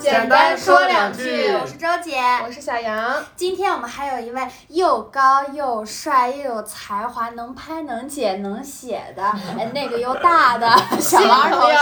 简单说两句我是周姐。我是小杨，今天我们还有一位又高又帅又有才华，能拍能写能写的，呃那个又大的 小王同学。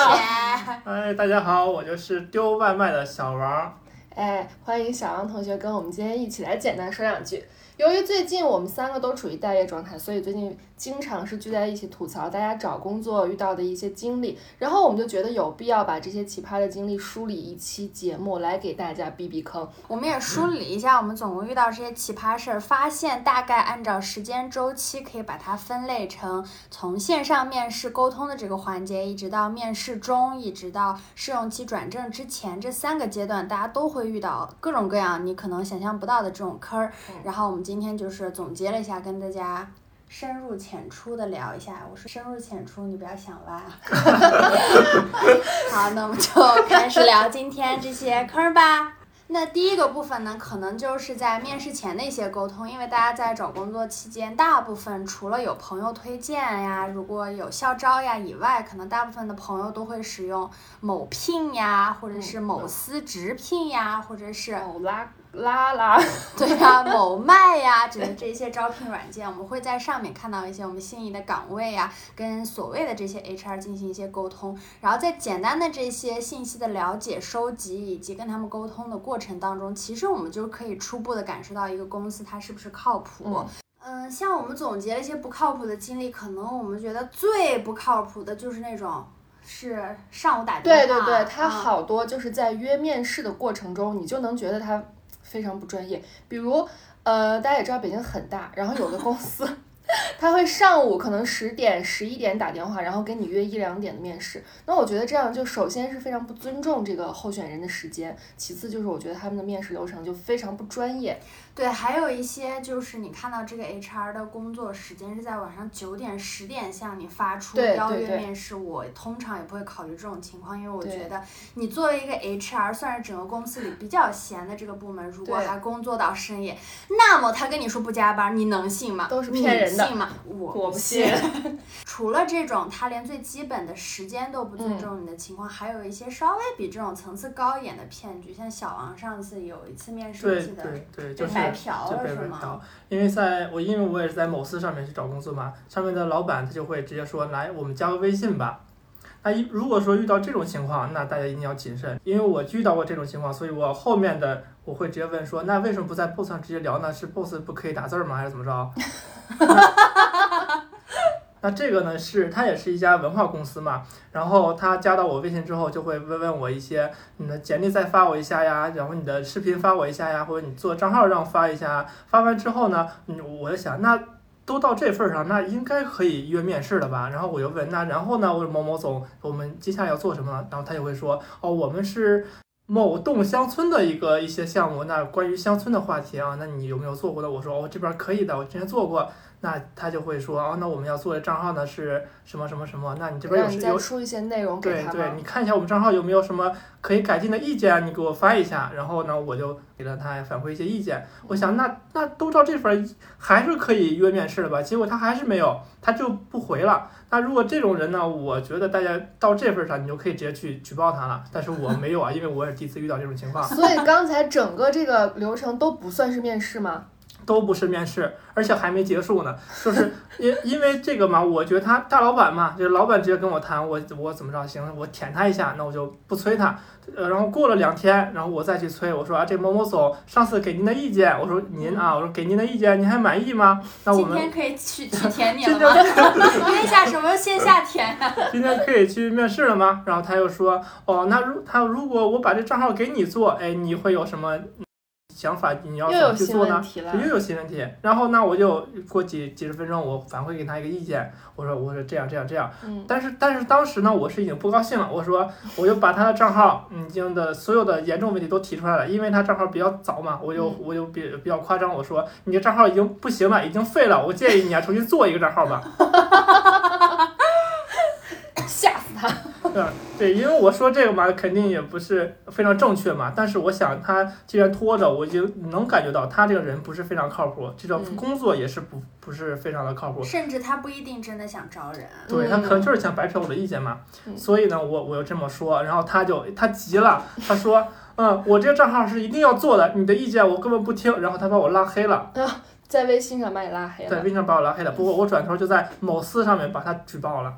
哎，大家好，我就是丢外卖的小王儿。哎，欢迎小杨同学跟我们今天一起来简单说两句。由于最近我们三个都处于待业状态，所以最近经常是聚在一起吐槽大家找工作遇到的一些经历，然后我们就觉得有必要把这些奇葩的经历梳理一期节目来给大家避避坑。我们也梳理一下，我们总共遇到这些奇葩事儿，发现大概按照时间周期可以把它分类成从线上面试沟通的这个环节，一直到面试中，一直到试用期转正之前这三个阶段，大家都会遇到各种各样你可能想象不到的这种坑儿嗯。然后我们今天就是总结了一下，跟大家。深入浅出的聊一下，我说深入浅出，你不要想歪。啊好，那我们就开始聊今天这些坑儿吧。那第一个部分呢，可能就是在面试前的一些沟通，因为大家在找工作期间，大部分除了有朋友推荐呀，如果有校招呀以外，可能大部分的朋友都会使用某聘呀，或者是某司直聘呀，或者是哦，拉拉拉， 对呀、某卖呀、只是这些招聘软件，我们会在上面看到一些我们心仪的岗位呀、跟所谓的这些 HR 进行一些沟通，然后在简单的这些信息的了解、收集以及跟他们沟通的过程当中，其实我们就可以初步的感受到一个公司它是不是靠谱。嗯嗯，像我们总结了一些不靠谱的经历，可能我们觉得最不靠谱的就是那种是上午打电话，对对对，他嗯好多就是在约面试的过程中，你就能觉得他非常不专业。比如，呃，大家也知道北京很大，然后有的公司。 他会上午可能十点、十一点打电话，然后给你约一两点的面试。那我觉得这样就首先是非常不尊重这个候选人的时间，其次就是我觉得他们的面试流程就非常不专业。对，还有一些就是你看到这个 HR 的工作时间是在晚上九点、十点向你发出对邀对约对面试，我通常也不会考虑这种情况，因为我对觉得你作为一个 HR，算是整个公司里比较闲的这个部门，如果对还工作到深夜，那么他跟你说不加班，你能信吗？都是你骗人的信吗？我我不啊信 除了这种他连最基本的时间都不尊嗯重你的情况，还有一些稍微比这种层次高一点的骗局，像小王上次有一次面试，我对记得对对，被就是白嫖就了被是白吗？嫖。因为在我因为我也是在某司上面去找工作嘛，上面的老板他就会直接说来我们加个微信吧。那一如果说遇到这种情况，那大家一定要谨慎，因为我遇到过这种情况，所以我后面的我会直接问说，那为什么不在 boss 上直接聊呢？是 boss 不可以打字儿吗？还是怎么着？ 那这个呢是它也是一家文化公司嘛，然后他加到我微信之后，就会问问我一些你的简历再发我一下呀，然后你的视频发我一下呀，或者你做账号让我发一下。发完之后呢，嗯，我就想那。都到这份儿上，那应该可以约面试了吧？然后我就问，那然后呢？我说某某总，我们接下来要做什么呢？然后他就会说，哦，我们是某栋乡村的一个一些项目，那关于乡村的话题啊，那你有没有做过呢？我说，哦，这边可以的，我之前做过。那他就会说，哦，那我们要做的账号呢是什么什么什么？那你这边有啊让你是再有出一些内容给对他对，们。你看一下我们账号有没有什么可以改进的意见啊，你给我发一下，然后呢，我就给了他反馈一些意见。我想那那都照这份儿还是可以约面试了吧？结果他还是没有，他就不回了。那如果这种人呢，我觉得大家到这份儿上，你就可以直接去举报他了。但是我没有啊，因为我也是第一次遇到这种情况，所以刚才整个这个流程都不算是面试吗？都不是面试，而且还没结束呢。就是因 因为这个嘛，我觉得他大老板嘛，就是老板直接跟我谈，我我怎么着行，我舔他一下，那我就不催他。呃，然后过了两天，然后我再去催，我说啊，这某某总上次给您的意见，我说您啊，我说给您的意见您还满意吗？那我今们天可以去 去填你今了天吗？ 约一下什么线下填呀、今天可以去面试了吗？然后他又说，哦，那如他如果我把这账号给你做，哎，你会有什么想法？你要又怎么有去新做呢问？题了。又有新问题，然后那我就过几几十分钟，我反馈给他一个意见，我说我说这样这样这样，嗯，但是但是当时呢，我是已经不高兴了，我说我就把他的账号嗯已经的所有的严重问题都提出来了，因为他账号比较早嘛，我就嗯我就比比较夸张，我说你的账号已经不行了，已经废了，我建议你啊重新做一个账号吧。 吓死他！对啊对，因为我说这个嘛，肯定也不是非常正确嘛。但是我想他既然拖着，我就能感觉到他这个人不是非常靠谱，这种嗯工作也是不不是非常的靠谱。甚至他不一定真的想招人。啊对他可能就是想摆平我的意见嘛，嗯所以呢，我我就这么说，然后他就他急了，他说，嗯，我这个账号是一定要做的，你的意见我根本不听，然后他把我拉黑了，在微信上把你拉黑在了，微信上把我拉黑了，不过我转头就在某司上面把他举报了，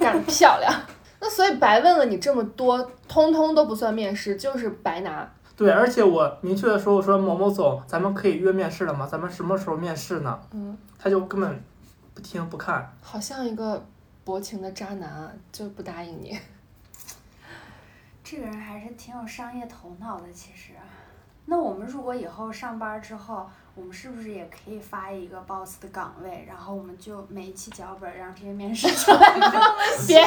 干漂亮。 那所以白问了你这么多，通通都不算面试，就是白拿。对，而且我明确的说，我说某某总，咱们可以约面试了吗？咱们什么时候面试呢？嗯，他就根本不听不看，好像一个薄情的渣男啊，就不答应 你。这个人还是挺有商业头脑的，其实。啊那我们如果以后上班之后，我们是不是也可以发一个 boss 的岗位，然后我们就每一期脚本让这些面试者来 帮我们写？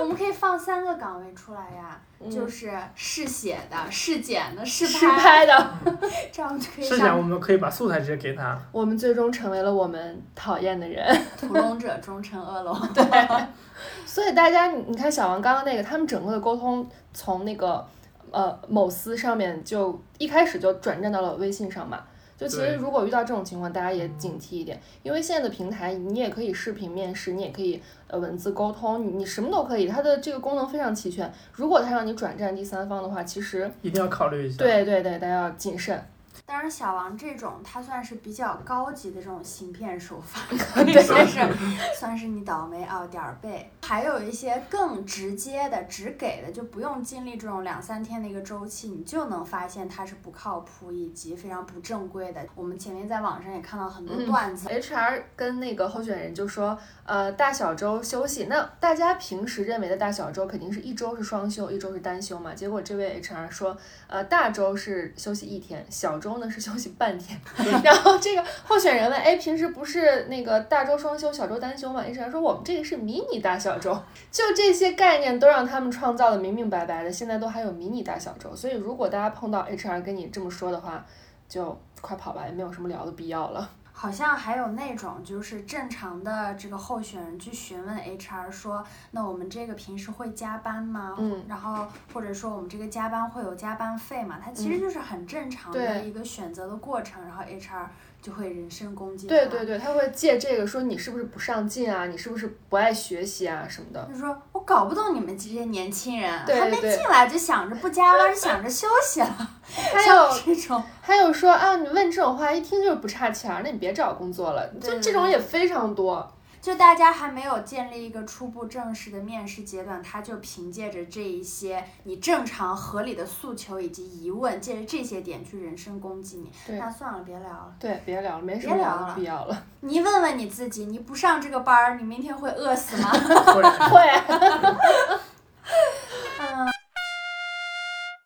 我们可以放三个岗位出来呀，就就是是试写的、试剪的、嗯试是拍，拍的。这样就可以是想我让们可以把素材直接给他。我们最终成为了我们讨厌的人。屠龙者终成恶龙。所以大家，你你看小王刚刚那个，他们整个的沟通从那个呃某司上面就一开始就转战到了微信上嘛。就其实对如果遇到这种情况，大家也警惕一点，因为现在的平台你也可以视频面试，你也可以呃文字沟通，你你什么都可以，它的这个功能非常齐全。如果它让你转战第三方的话，其实一定要考虑一下。，对对对，大家要谨慎。当然，小王这种他算是比较高级的这种行骗手法，可以说是算是你倒霉熬点儿背。还有一些更直接的、直给的，就不用经历这种两三天的一个周期，你就能发现他是不靠谱以及非常不正规的。我们前面在网上也看到很多嗯段子， HR 跟那个候选人就说，呃，大小周休息。那大家平时认为的大小周，肯定是一周是双休，一周是单休嘛。结果这位 HR 说，呃，大周是休息一天，小周呢是休息半天。 然后这个候选人问，哎，平时不是那个大周双休，小周单休嘛？HR 说，我们这个是迷你大小周， 就这些概念都让他们创造的明明白白的，现在都还有迷你大小周。所以如果大家碰到 HR 跟你这么说的话，就快跑吧，也没有什么聊的必要了。好像还有那种就是正常的这个候选人去询问 HR 说，那我们这个平时会加班吗？嗯然后或者说我们这个加班会有加班费嘛？它其实就是很正常的嗯对一个选择的过程，然后 HR 就会人身攻击。对对。对，他会借这个说你是不是不上进啊，你是不是不爱学习啊什么的。就说我搞不懂你们这些年轻人，对还没对进来就想着不加班，就想着休息了， 还像有这种还有说啊，你问这种话一听就是不差钱儿，那你别找工作了。对就对这种也非常多。就大家还没有建立一个初步正式的面试阶段，他就凭借着这一些你正常合理的诉求以及疑问，借着这些点去人身攻击你。对那算了，别聊了。对，别聊了，没什别么聊聊的了必要 了。你问问你自己，你不上这个班儿，你明天会饿死吗？或者会，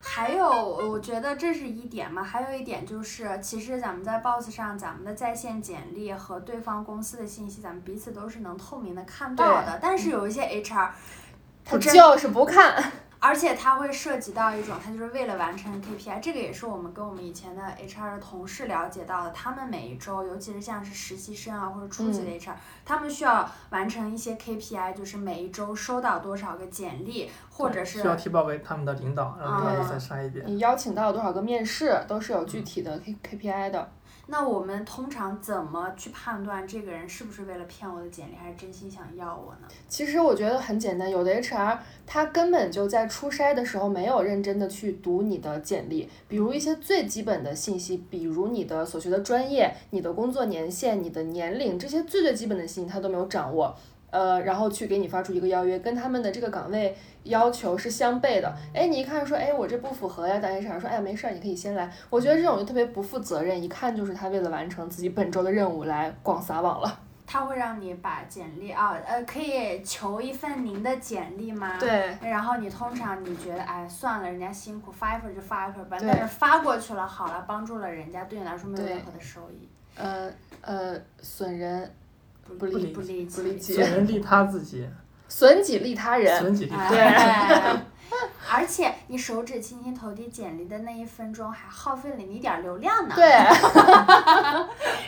还有，我觉得这是一点嘛，还有一点就是，其实咱们在 Boss 上，咱们的在线简历和对方公司的信息，咱们彼此都是能透明的看到的。但是有一些 HR， 他真就是不看。 而且它会涉及到一种，它就是为了完成 KPI，这个也是我们跟我们以前的 HR 的同事了解到的，他们每一周，尤其是像是实习生啊或者初级的嗯 HR，、他们需要完成一些 KPI，就是每一周收到多少个简历，或者是需要提报给他们的领导，让领啊导再筛一遍。你邀请到了多少个面试，都是有具体的 K K P I 的。那我们通常怎么去判断这个人是不是为了骗我的简历，还是真心想要我呢？其实我觉得很简单，有的 HR 他根本就在初筛的时候没有认真的去读你的简历，比如一些最基本的信息，比如你的所学的专业、你的工作年限、你的年龄这些最最基本的信息他都没有掌握。呃，然后去给你发出一个邀约，跟他们的这个岗位要求是相悖的。哎，你一看说，哎，我这不符合呀，但 HR 说，哎，没事儿，你可以先来。我觉得这种就特别不负责任，一看就是他为了完成自己本周的任务来广撒网了。他会让你把简历啊，呃，可以求一份您的简历吗？。对，然后你通常你觉得哎算了，人家辛苦发一份就发一份吧，对但是发过去了好了，帮助了人家，对你来说没有对任何的收益，呃呃，损人不利理不利不理己。损解，人利他自己，损己利他人。损己利哎他。对哎而且你手指轻轻投递简历的那一分钟，还耗费了你一点儿流量 呢。，对，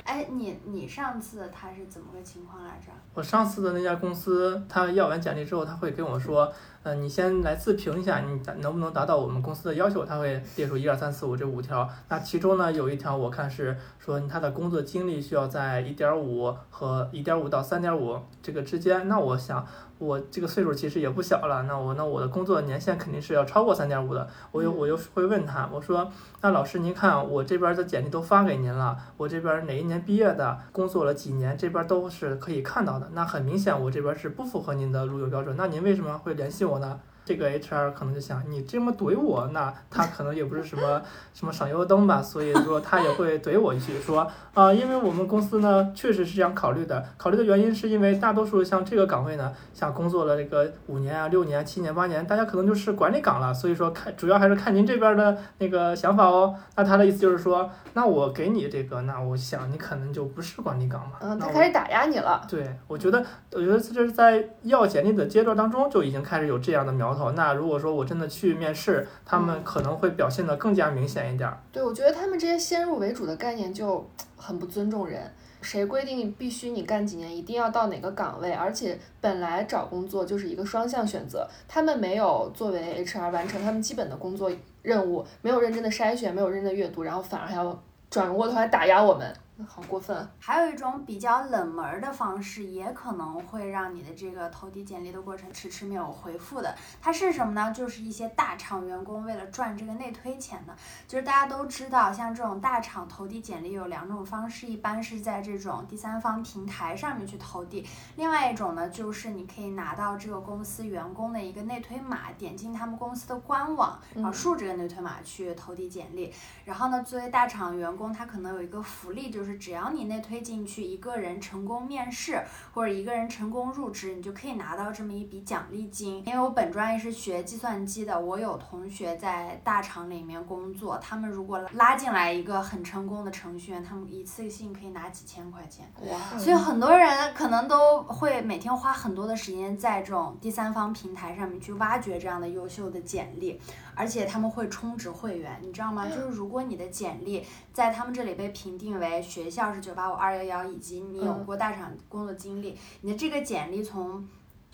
哎，你你上次他是怎么个情况来着？我上次的那家公司，他要完简历之后，他会跟我说，嗯、你先来自评一下，你达能不能达到我们公司的要求？他会列出一二三四五这五条。那其中呢，有一条我看是说他的工作经历需要在一点五和一点五到三点五这个之间。那我想，我这个岁数其实也不小了，那我那我的工作年限肯定是要超过三点五的。我又我又会问他，我说，那老师您看我这边的简历都发给您了，我这边哪一年毕业的，工作了几年，这边都是可以看到的。那很明显我这边是不符合您的录用标准，那您为什么会联系我呢？这个 HR 可能就想你这么怼我，那他可能也不是什么 什么省油灯吧，所以说他也会怼我一句说啊、因为我们公司呢确实是这样考虑的，考虑的原因是因为大多数像这个岗位呢，像工作了这个五年啊、六年、七年、八年，大家可能就是管理岗了，所以说看主要还是看您这边的那个想法哦。那他的意思就是说，那我给你这个，那我想你可能就不是管理岗嘛。嗯，那他我开始打压你了。对，我觉得，我觉得这是在要简历的阶段当中就已经开始有这样的苗头。那如果说我真的去面试，他们可能会表现得更加明显一点儿。对，我觉得他们这些先入为主的概念就很不尊重人。谁规定必须你干几年，一定要到哪个岗位？而且本来找工作就是一个双向选择，他们没有作为 HR 完成他们基本的工作任务，没有认真的筛选，没有认真的阅读，然后反而还要转过头来打压我们，好过分啊！还有一种比较冷门儿的方式，也可能会让你的这个投递简历的过程迟迟没有回复的。它是什么呢？就是一些大厂员工为了赚这个内推钱的，就是大家都知道，像这种大厂投递简历有两种方式，一般是在这种第三方平台上面去投递，另外一种呢，就是你可以拿到这个公司员工的一个内推码，点进他们公司的官网，然后输这个内推码去投递简历。然后呢，作为大厂员工，他可能有一个福利，就是只要你内推进去一个人成功面试或者一个人成功入职，你就可以拿到这么一笔奖励金。因为我本专业是学计算机的，我有同学在大厂里面工作，他们如果拉进来一个很成功的程序员，他们一次性可以拿几千块钱。哇所以很多人可能都会每天花很多的时间在这种第三方平台上面去挖掘这样的优秀的简历，而且他们会充值会员，你知道吗？就是如果你的简历在他们这里被评定为学校是九八五二幺幺，以及你有嗯过大厂工作经历，你的这个简历从。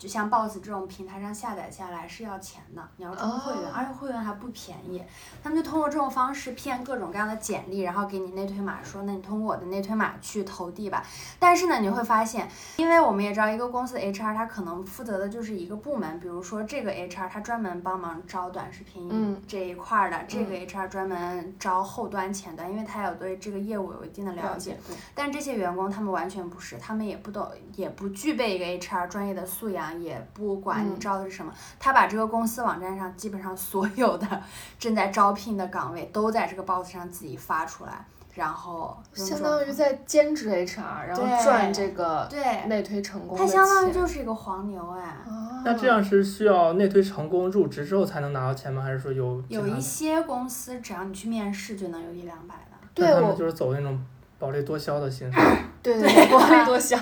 就像 Boss 这种平台上下载下来是要钱的，你要充会员，哦而且会员还不便宜。他们就通过这种方式骗各种各样的简历，然后给你内推码说，那你通过我的内推码去投递吧。但是呢，你会发现，因为我们也知道一个公司的 HR 它可能负责的就是一个部门，比如说这个 HR 它专门帮忙招短视频嗯这一块儿的，这个 HR 专门招后端前端，因为他有对这个业务有一定的了了解解。，对但这些员工他们完全不是，他们也不懂，也不具备一个 HR 专业的素养，也不管你嗯招的是什么。他把这个公司网站上基本上所有的 正在招聘的岗位都在这个 Boss 上自己发出来，然后用这相种当于方在兼职 HR，然后对赚这个对，内推成功的他钱。相当于就是一个黄牛哎。啊那这样是需要内推成功入职之后才能拿到钱吗？还是说有其有他一的些公司只要你去面试就能有一两百的，对那他我们就是走那种薄利多销的形式。对对对对，薄利多销。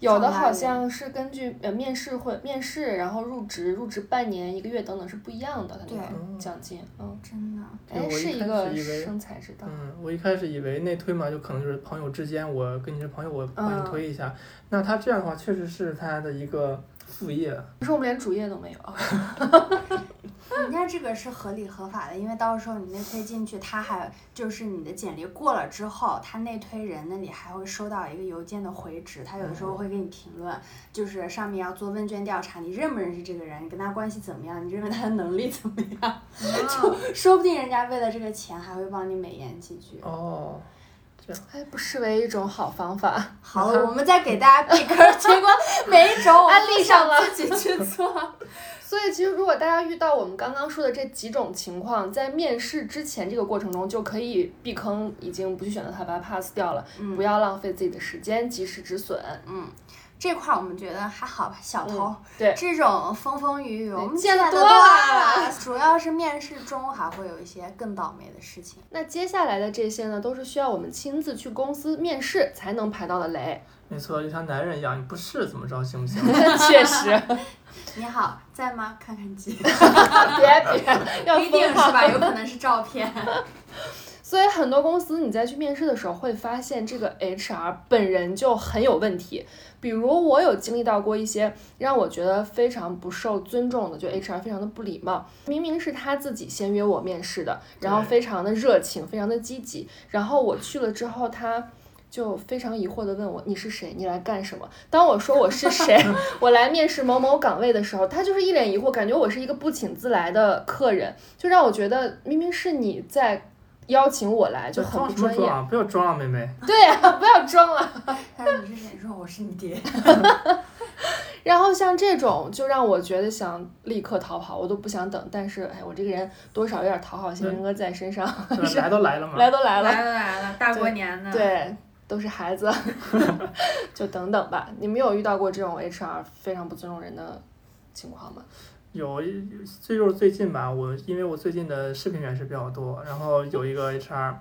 有的上班好族像是根据呃面试会面试，然后入职，入职半年、一个月等等是不一样的，它那对个奖金，嗯，真的。对哎，哦我是一一开个始以为生财之道。嗯，我一开始以为内推嘛，就可能就是朋友之间，我跟你是朋友，我帮你嗯推一下。那他这样的话，确实是他的一个副业。可是我们连主业都没有，人家这个是合理合法的，因为到时候你内推进去，他还就是你的简历过了之后，他内推人那里还会收到一个邮件的回执，他有的时候会给你评论，就是上面要做问卷调查，你认不认识这个人，你跟他关系怎么样，你认为他的能力怎么样， 说不定人家为了这个钱还会帮你美言几句。哦，哎，不失为一种好方法， 好了，我们再给大家避坑，结果每一种我们嗯 安利上了都想自己去做。 所以其实如果大家遇到我们刚刚说的这几种情况，在面试之前这个过程中就可以避坑，已经不去选择它，把它 pass 掉了，嗯不要浪费自己的时间，及时止损。嗯，这块儿我们觉得还好吧，小头。嗯对这种风风雨雨，我们对见得得多多了。主要是面试中还会有一些更倒霉的事情。那接下来的这些呢，都是需要我们亲自去公司面试才能排到 的雷。没错，就像男人一样，你不试怎么知道行不 行？确实，你好，在吗？看看机，别别， 要不一定疯是了吧？有可能是照片。 所以很多公司你在去面试的时候会发现，这个 HR 本人就很有问题。比如我有经历到过一些让我觉得非常不受尊重的，就 HR 非常的不礼貌。明明是他自己先约我面试的，然后对非常的热情，非常的积极。然后我去了之后，他。就非常疑惑的问我你是谁，你来干什么？当我说我 是谁，我来面试某某岗位的时候，他就是一脸疑惑，感觉我是一个不请自来的客人，就让我觉得明明是你在邀请我来，就很装不什么专业。装啊？不要装了，妹妹。对呀、 不要装啊了。他说你是谁？说我是你爹。然后像这种就让我觉得想立刻逃跑，我都不想等。但是哎，我这个人多少有点讨好型人格在身上，对来都来了嘛。 来都来了，了来了，大过年的，对，都是孩 子，就等等吧。你们有遇到过这种 HR 非常不尊重人的情况吗？有，这就是最近吧。我因为我最近的视频面试比较多，然后有一个 HR，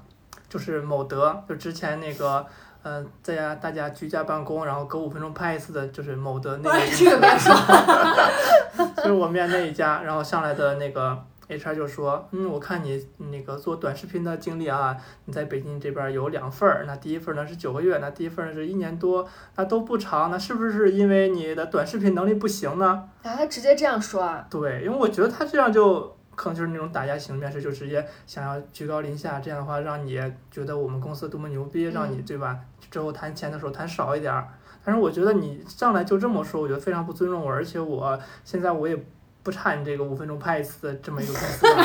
就是某德，就之前那个，嗯、在家大家居家办公，然后隔五分钟拍一次的，就是某德不那 个然这个别说。就是我面那一家，然后上来的那个 HR 就说，嗯，我看你那个做短视频的经历啊，你在北京这边有两份儿，那第一份儿呢是九个月，那第一份儿呢是一年多，那都不长，那是不是因为你的短视频能力不行呢？啊，他直接这样说啊？对，因为我觉得他这样就。可能就是那种打压型面试，就直接想要居高临下，这样的话让你觉得我们公司多么牛逼，让你对吧？之后谈钱的时候谈少一点儿。但是我觉得你上来就这么说，我觉得非常不尊重我，而且我现在我也不差你这个五分钟拍一次的这么一个公司了。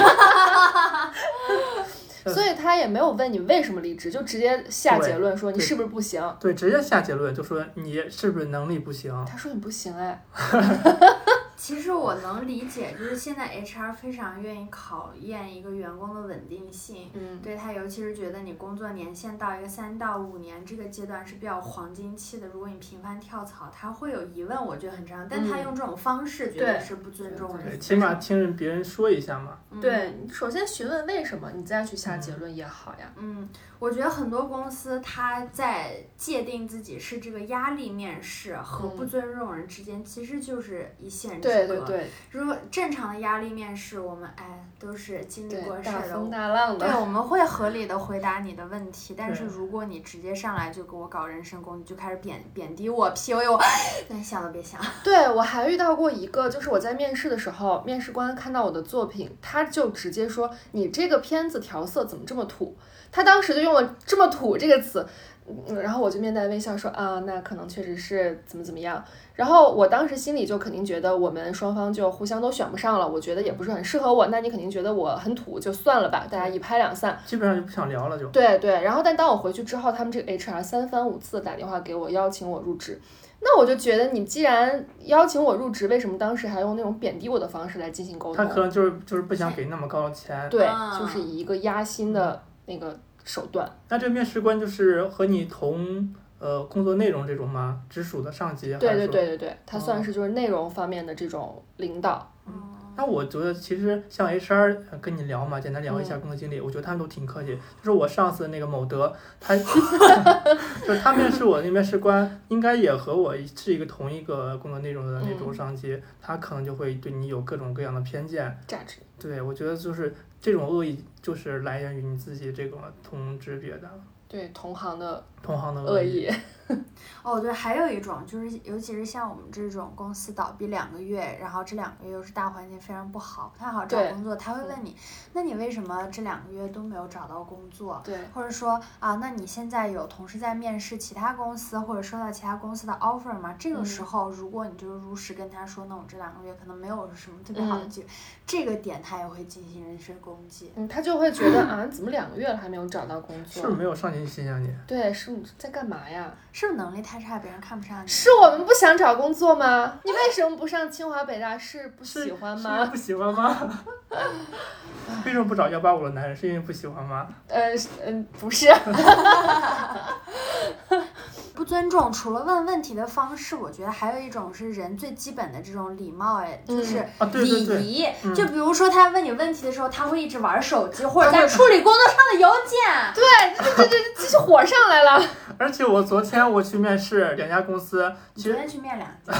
嗯所以他也没有问你为什么离职，就直接下对结论说你对是不是不行？对，直接下结论就说你是不是能力不行？他说你不行哎，其实我能理解，就是现在 HR 非常愿意考验一个员工的稳定性。嗯，对他，尤其是觉得你工作年限到一个三到五年这个阶段是比较黄金期的，如果你频繁跳槽，他会有疑问，我觉得很常。但他嗯用这种方式，觉对得是不尊重对，人。起码听人别人说一下嘛。嗯，对你首先询问为什么，你再去下结论也好呀。嗯，我觉得很多公司它在界定自己是这个压力面试和嗯不尊重人之间，其实就是一线之隔。对对对如果正常的压力面试，我们哎都是经历过对，事大儿风的。大浪对，的，我们会合理的回答你的问题，但是对如果你直接上来就给我搞人身攻击，就开始贬贬低我、PUA 我，那想都别想。对我还遇到过一个，就是我在面试的时候，面试官看到我的作品，他就直接说你这个片子调色怎么这么土？他当时就用了“这么土”这个词，嗯，然后我就面带微笑说啊，那可能确实是怎么怎么样。然后我当时心里就肯定觉得我们双方就互相都选不上了，我觉得也不是很适合我，那你肯定觉得我很土，就算了吧，大家一拍两散。基本上就不想聊了就。对对，然后但当我回去之后，他们这个 HR 三番五次地打电话给我邀请我入职，那我就觉得你既然邀请我入职，为什么当时还用那种贬低我的方式来进行沟他可通？能就是就是不想给那么高的钱。对，啊就是以一个压心的那个手段。那这个面试官就是和你同呃工作内容这种吗？直属的上级？对对。对对对，嗯他算是就是内容方面的这种领导。那我觉得其实像 HR 呃跟你聊嘛，简单聊一下工作嗯经历，我觉得他们都挺客气。就是我上次那个某德，他 就是他面试我那面试官，应该也和我是一个同一个工作内容的那嗯种上级，他可能就会对你有各种各样的偏见。价值。对，我觉得就是这种恶意，就是来源于你自己这个同职别的对同行的同行的恶意。意，哦，对，还有一种就是，尤其是像我们这种公司倒闭两个月，然后这两个月又是大环境非常不好，不太好找对工作，他会问你，那你为什么这两个月都没有找到工作？对或者说啊，那你现在有同事在面试其他公司，或者收到其他公司的 offer 吗？这个时嗯候，如果你就是如实跟他说，那我这两个月可能没有什么特别好的嗯机会，这个点他也会进行人身攻击。嗯，他就会觉得啊，怎么两个月了还没有找到工是作不是？没有上进心啊你？对，是你在干嘛呀？是不是能力太差，别人看不上你？是我们不想找工作吗？你为什么不上清华北大？是不喜欢是因为吗？不喜欢吗？ 为什么不找幺八五的呃 男人？是因为不喜欢吗？呃，是嗯，不是。不尊重，除了问问题的方式，我觉得还有一种是人最基本的这种礼貌，哎，嗯就是啊，对礼对对，仪。嗯就比如说他问你问题的时候，他会一直玩手机，或者他在会处理工作上的邮件。啊对，这这这这这火上来 了，而且我昨天我去面试两家公司，你其昨实天去面两家，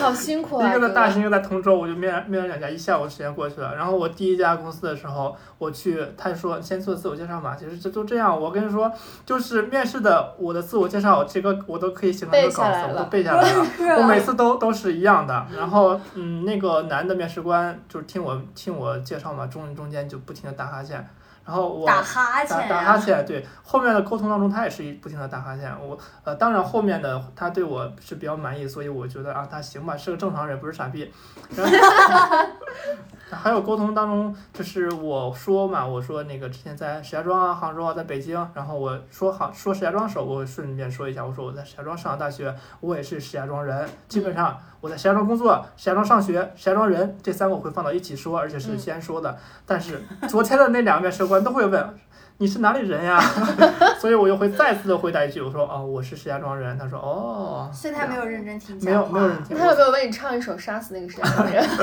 好辛苦啊！一个在哥大兴，一个在通州，我就面面了两家，一下午时间过去了。然后我第一家公司的时候，我去，他说先做自我介绍嘛，其实这都这样。我跟你说，就是面试的我的自我介绍，这个我都可以形成一个稿背下来子，我了都背下来了。啊我每是啊次都都是一样的。然后，嗯，那个男的面试官就是听我听我介绍嘛，中中间就不停的打哈欠，然后我打哈欠啊打呀、打哈欠，对后面的沟通当中，他也是一不停的打哈欠。我呃，当然后面的他对我是比较满意，所以我觉得啊，他行吧，是个正常人，不是傻逼。然后还有沟通当中，就是我说嘛，我说那个之前在石家庄啊、杭州啊，在北京，然后我说杭说石家庄的时候，我会顺便说一下，我说我在石家庄上的大学，我也是石家庄人，基本上我在石家庄工作、石家庄上学、石家庄人这三个我会放到一起说，而且是嗯先说的。但是 昨天的那两个面试官都会问你是哪里 人呀？所以我又会再次的回答一句，我说哦，我是石家庄人。他说哦，所以他没有认真听讲没有话没有人听那他有没有为你唱一首《杀死那个谁》人？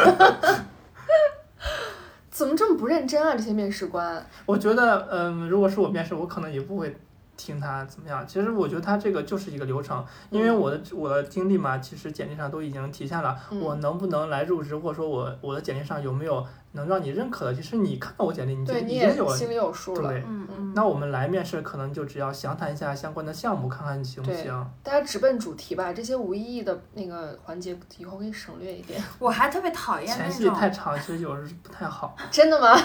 怎么这么不认真啊？这些面试官，我觉得，嗯，如果是我面试，我可能也不会听他怎么样。其实我觉得他这个就是一个流程，因为我的我的经历嘛，其实简历上都已经体现了嗯我能不能来入职，或者说我我的简历上有没有能让你认可的。其实你看到我简历，你就对你已也经有了。心里有数了。对，嗯嗯，那我们来面试，可能就只要详谈一下相关的项目，看看行不对行。大家直奔主题吧，这些无意义的那个环节 以后可以省略一点。我还特别讨厌前那戏种太长，其实有时候不太好。真的吗？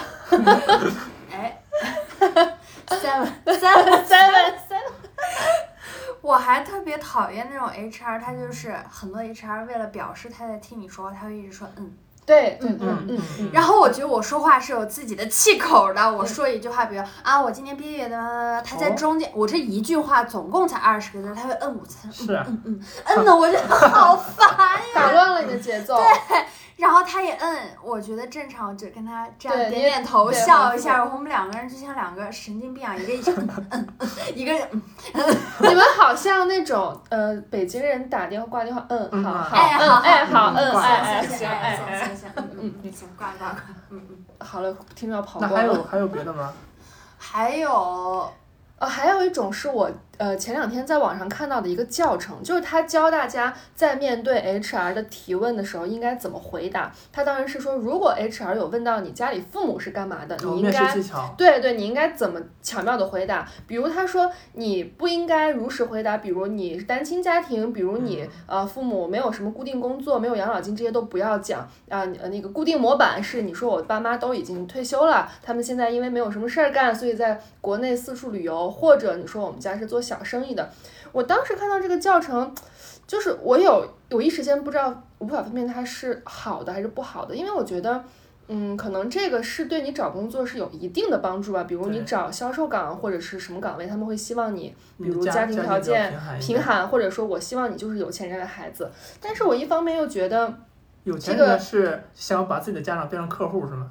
哎，seven seven seven seven，我还特别讨厌那种 HR，他就是很多 HR 为了表示他在听你说话，他会一直说嗯，对对对，嗯嗯嗯。然后我觉得我说话是有自己的气口的，我说一句话，比如啊我今年毕业的，他在哦中间，我这一句话总共才二十个字，他会摁五 次，是啊，嗯摁的我这好烦呀。打乱了你的节奏，然后他也摁，我觉得正常，我就跟他这样对点你也点头对笑回一复下，然后我们两个人就像两个神经病一样，一个一直嗯嗯嗯，一个嗯 你们好像那种呃北京人打电话挂电话，嗯，嗯好嗯好，哎嗯好哎好，嗯嗯挂哎了哎行行哎哎，行行行，嗯嗯行，挂了挂了，嗯嗯。好了，听众要跑那光还了。有还有别的吗？还有，呃，还有一种是我呃前两天在网上看到的一个教程，就是他教大家在面对 HR 的提问的时候应该怎么回答。他当然是说，如果 HR 有问到你家里父母是干嘛的，有你应哦面该试技巧。对对，你应该怎么巧妙的回答？比如他说你不应该如实回答，比如你是单亲家庭，比如你、呃父母没有什么固定工作，没有养老金，这些都不要讲啊。呃，那个固定模板是你说我爸妈都已经退休了，他们现在因为没有什么事儿干，所以在国内四处旅游，或者你说我们家是做小生意的。我当时看到这个教程，就是我有有一时间不知道无法分辨它是好的还是不好的，因为我觉得。嗯，可能这个是对你找工作是有一定的帮助吧，比如你对找销售岗或者是什么岗位，他们会希望你比你如家家庭家条庭比较件贫寒一贫点寒，或者说我希望你就是有钱人的孩子。但是我一方面又觉得，有钱这个人是想把自己的家长变成客户是吗？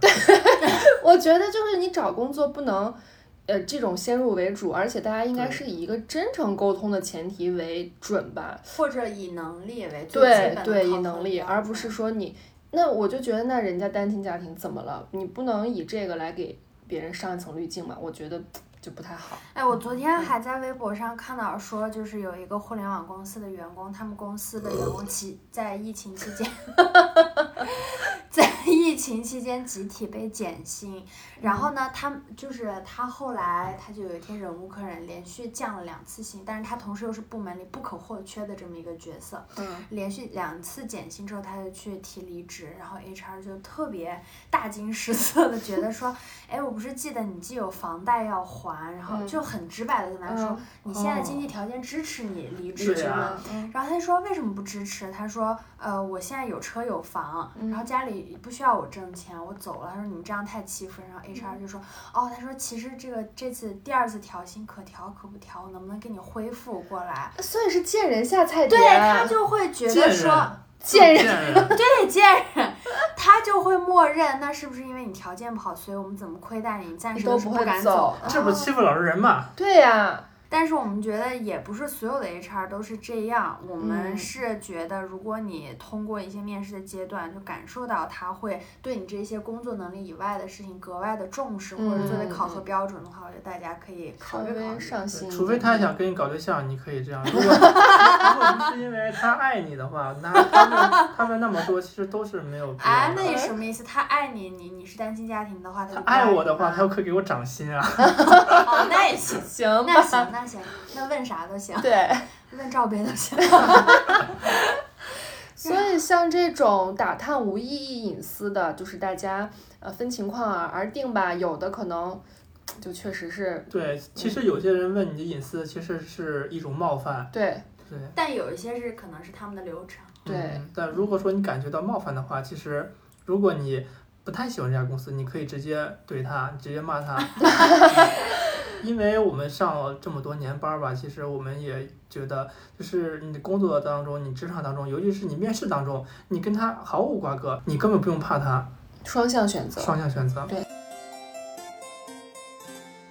我觉得就是你找工作不能，呃，这种先入为主，而且大家应该对是以一个真诚沟通的前提为准吧。或者以能力为最基对本的嗯对，以考能核力，标准而不是说你。那我就觉得，那人家单亲家庭怎么了？你不能以这个来给别人上一层滤镜嘛？我觉得就不太好。哎，我昨天还在微博上看到说，就是有一个互联网公司的员工，他们公司的员工集在疫情期间，在疫情期间集体被减薪。然后呢，他们就是他后来他就有一天忍无可忍，连续降了两次薪，但是他同时又是部门里不可或缺的这么一个角色。嗯，连续两次减薪之后，他就去提离职，然后 HR 就特别大惊失色的觉得说，哎，我不是记得你既有房贷要还，然后嗯就很直白的跟他说，嗯你现在哦经济条件支持你离是职啊吗？嗯然后他就说为什么不支持？他说，呃，我现在有车有房，嗯然后家里不需要我挣钱，我走了。他说你们这样太欺负人。然后 HR 就说，哦，他说其实这个这次第二次调薪可调可不调，我能不能给你恢复过来？所以是见人下菜碟。啊对他就会觉啊贱得人，说，见人 贱人，对贱人，他就会默认那是不是因为你条件不好，所以我们怎么亏待你，你暂时都是不会敢走走。嗯 这不欺负老实人嘛？对呀、但是我们觉得也不是所有的 HR 都是这样，我们嗯是觉得如果你通过一些面试的阶段，就感受到他会对你这些工作能力以外的事情格外的重视，或者作为嗯考核标准的话，我觉得大家可以稍考虑考微虑。上心一点，除非他想跟你搞对象，你可以这样。如 果如果是因为他爱你的话，那他们他们那么多其实都是没有必哎，要那的。也什么意思？他爱你，你你是单亲家庭的话，他他就不爱你我的话，吗他又可以给我涨薪啊。哦，那也行，行 那吧？行，那行，那问啥都行，对，问罩杯都行。所以像这种打探无意义隐私的，就是大家呃分情况而而定吧，有的可能就确实是对，其实有些人问你的隐私，其实是一种冒犯。对对但有一些是可能是他们的流程。对嗯但如果说你感觉到冒犯的话，其实如果你不太喜欢这家公司，你可以直接怼他，直接骂他。 因为我们上了这么多年班儿吧，其实我们也觉得，就是你的工作当中、你职场当中，尤其是你面试当中，你跟他毫无瓜葛，你根本不用怕他。双向选择。双向选择，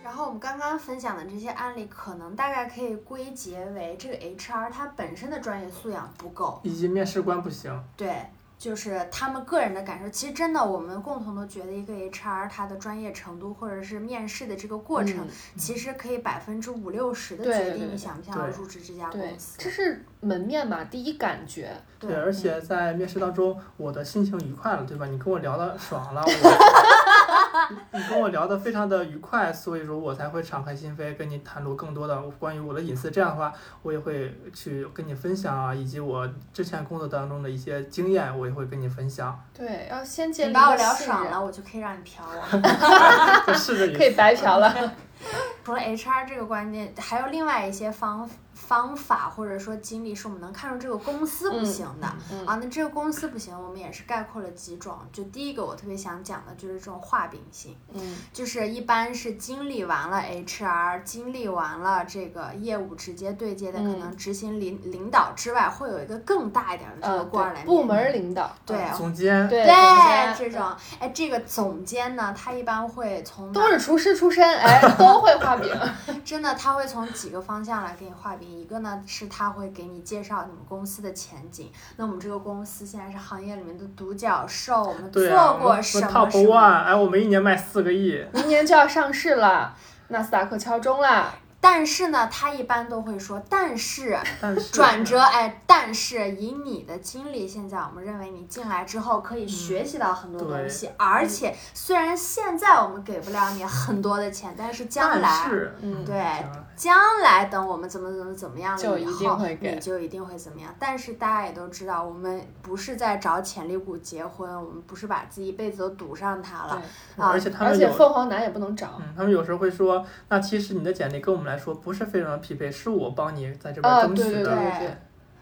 然后我们刚刚分享的这些案例，可能大概可以归结为这个 HR 它本身的专业素养不够，以及面试官不行。对，就是他们个人的感受。其实真的，我们共同都觉得一个 HR 它的专业程度，或者是面试的这个过程，嗯其实可以百分之五六十的对决对定对你想不想要对入职这家对公，司。这是门面嘛，第一感觉。对，对，嗯而且在面试当中，我的心情愉快了，对吧？你跟我聊的爽了，我 你你跟我聊的非常的愉快，所以说我才会敞开心扉跟你袒露更多的关于我的隐私。这样的话，我也会去跟你分享啊，以及我之前工作当中的一些经验，我也会跟你 分享。对，要先建立你一把我个聊信爽任，了，我就可以让你嫖我。就试着也可以白嫖嗯了。除了 HR 这个观念，还有另外一些方方法或者说经历，是我们能看出这个公司不行的。嗯啊，那这个公司不行，我们也是概括了几种。就第一个，我特别想讲的就是这种画饼型，嗯就是一般是经历完了 HR，经历完了这个业务直接对接的，可嗯能执行领领导之外，会有一个更大一点的这个呃，官儿来面对，部门领导，对嗯总监，对对这总监种，哎，这个总监呢，他一般会从哪都是厨师出身，哎，都会画饼。真的，他会从几个方向来给你画饼。一个呢是他会给你介绍你们公司的前景，那我们这个公司现在是行业里面的独角兽，我们对啊，做我过们什么 top 什么。 one，哎，我们一年卖四个亿，明年就要上市了，纳斯达克敲钟啦。但是呢，他一般都会说，但是但是转折，哎，但是以你的经历，现在我们认为你进来之后嗯可以学习到很多东西，而且虽然现在我们给不了你很多的钱，但是将来但。是啊嗯对，将来等我们怎么怎么怎么样就了以一定后，会给你就一定会怎么样。但是大家也都知道，我们不是在找潜力股结婚，我们不是把自己一辈子都赌上它了。啊而且他而们且有凤凰男也不能找。嗯，他们有时候会说，那其实你的简历跟我们来说不是非常匹配，是我帮你在这边啊，争对取对对的。对对对，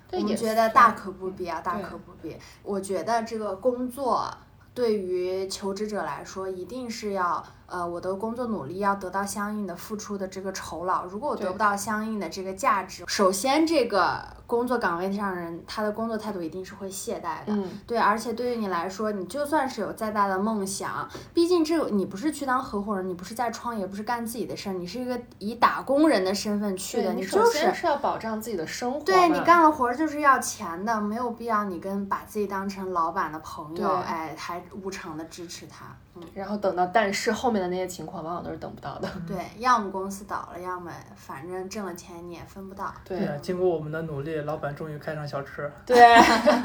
这我们也觉是得大可不必啊，大对可不必。我觉得这个工作对于求职者来说，一定是要呃，我的工作努力要得到相应的付出的这个酬劳。如果我对得不到相应的这个价值，首先这个工作岗位上人他的工作态度一定是会懈怠的。嗯，对，而且对于你来说，你就算是有再大的梦想，毕竟这你不是去当合伙人，你不是在创业，不是干自己的事儿，你是一个以打工人的身份去的，对你就首是先是要保障自己的生活嘛。对你干了活儿就是要钱的，没有必要你跟把自己当成老板的朋友，对哎，还无偿的支持他。嗯，然后等到但是后面的那些情况，往往都是等不到的。对，要么公司倒了，要么反正挣了钱你也分不到。对啊，经过我们的努力，老板终于开上小车。对，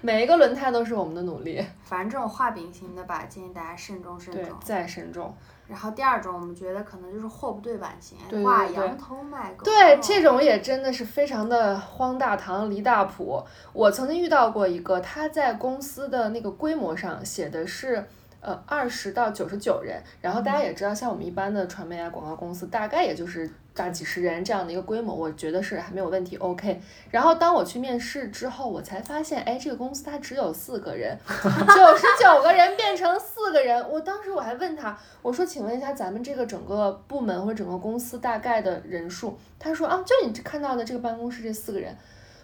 每一个轮胎都是我们的努力。反正这种画饼型的吧，建议大家慎重慎对重，。再慎重。然后第二种，我们觉得可能就是货不对版型，哎对对挂对羊头卖狗肉。对，这种也真的是非常的荒大堂离大谱。我曾经遇到过一个，他在公司的那个规模上写的是。呃，二十到九十九人，然后大家也知道，像我们一般的传媒啊、广告公司，大概也就是大几十人这样的一个规模，我觉得是还没有问题，OK。然后当我去面试之后，我才发现，哎，这个公司它只有四个人，九十九个人变成四个人。我当时我还问他，我说，请问一下，咱们这个整个部门或者整个公司大概的人数？他说啊，就你看到的这个办公室这四个人。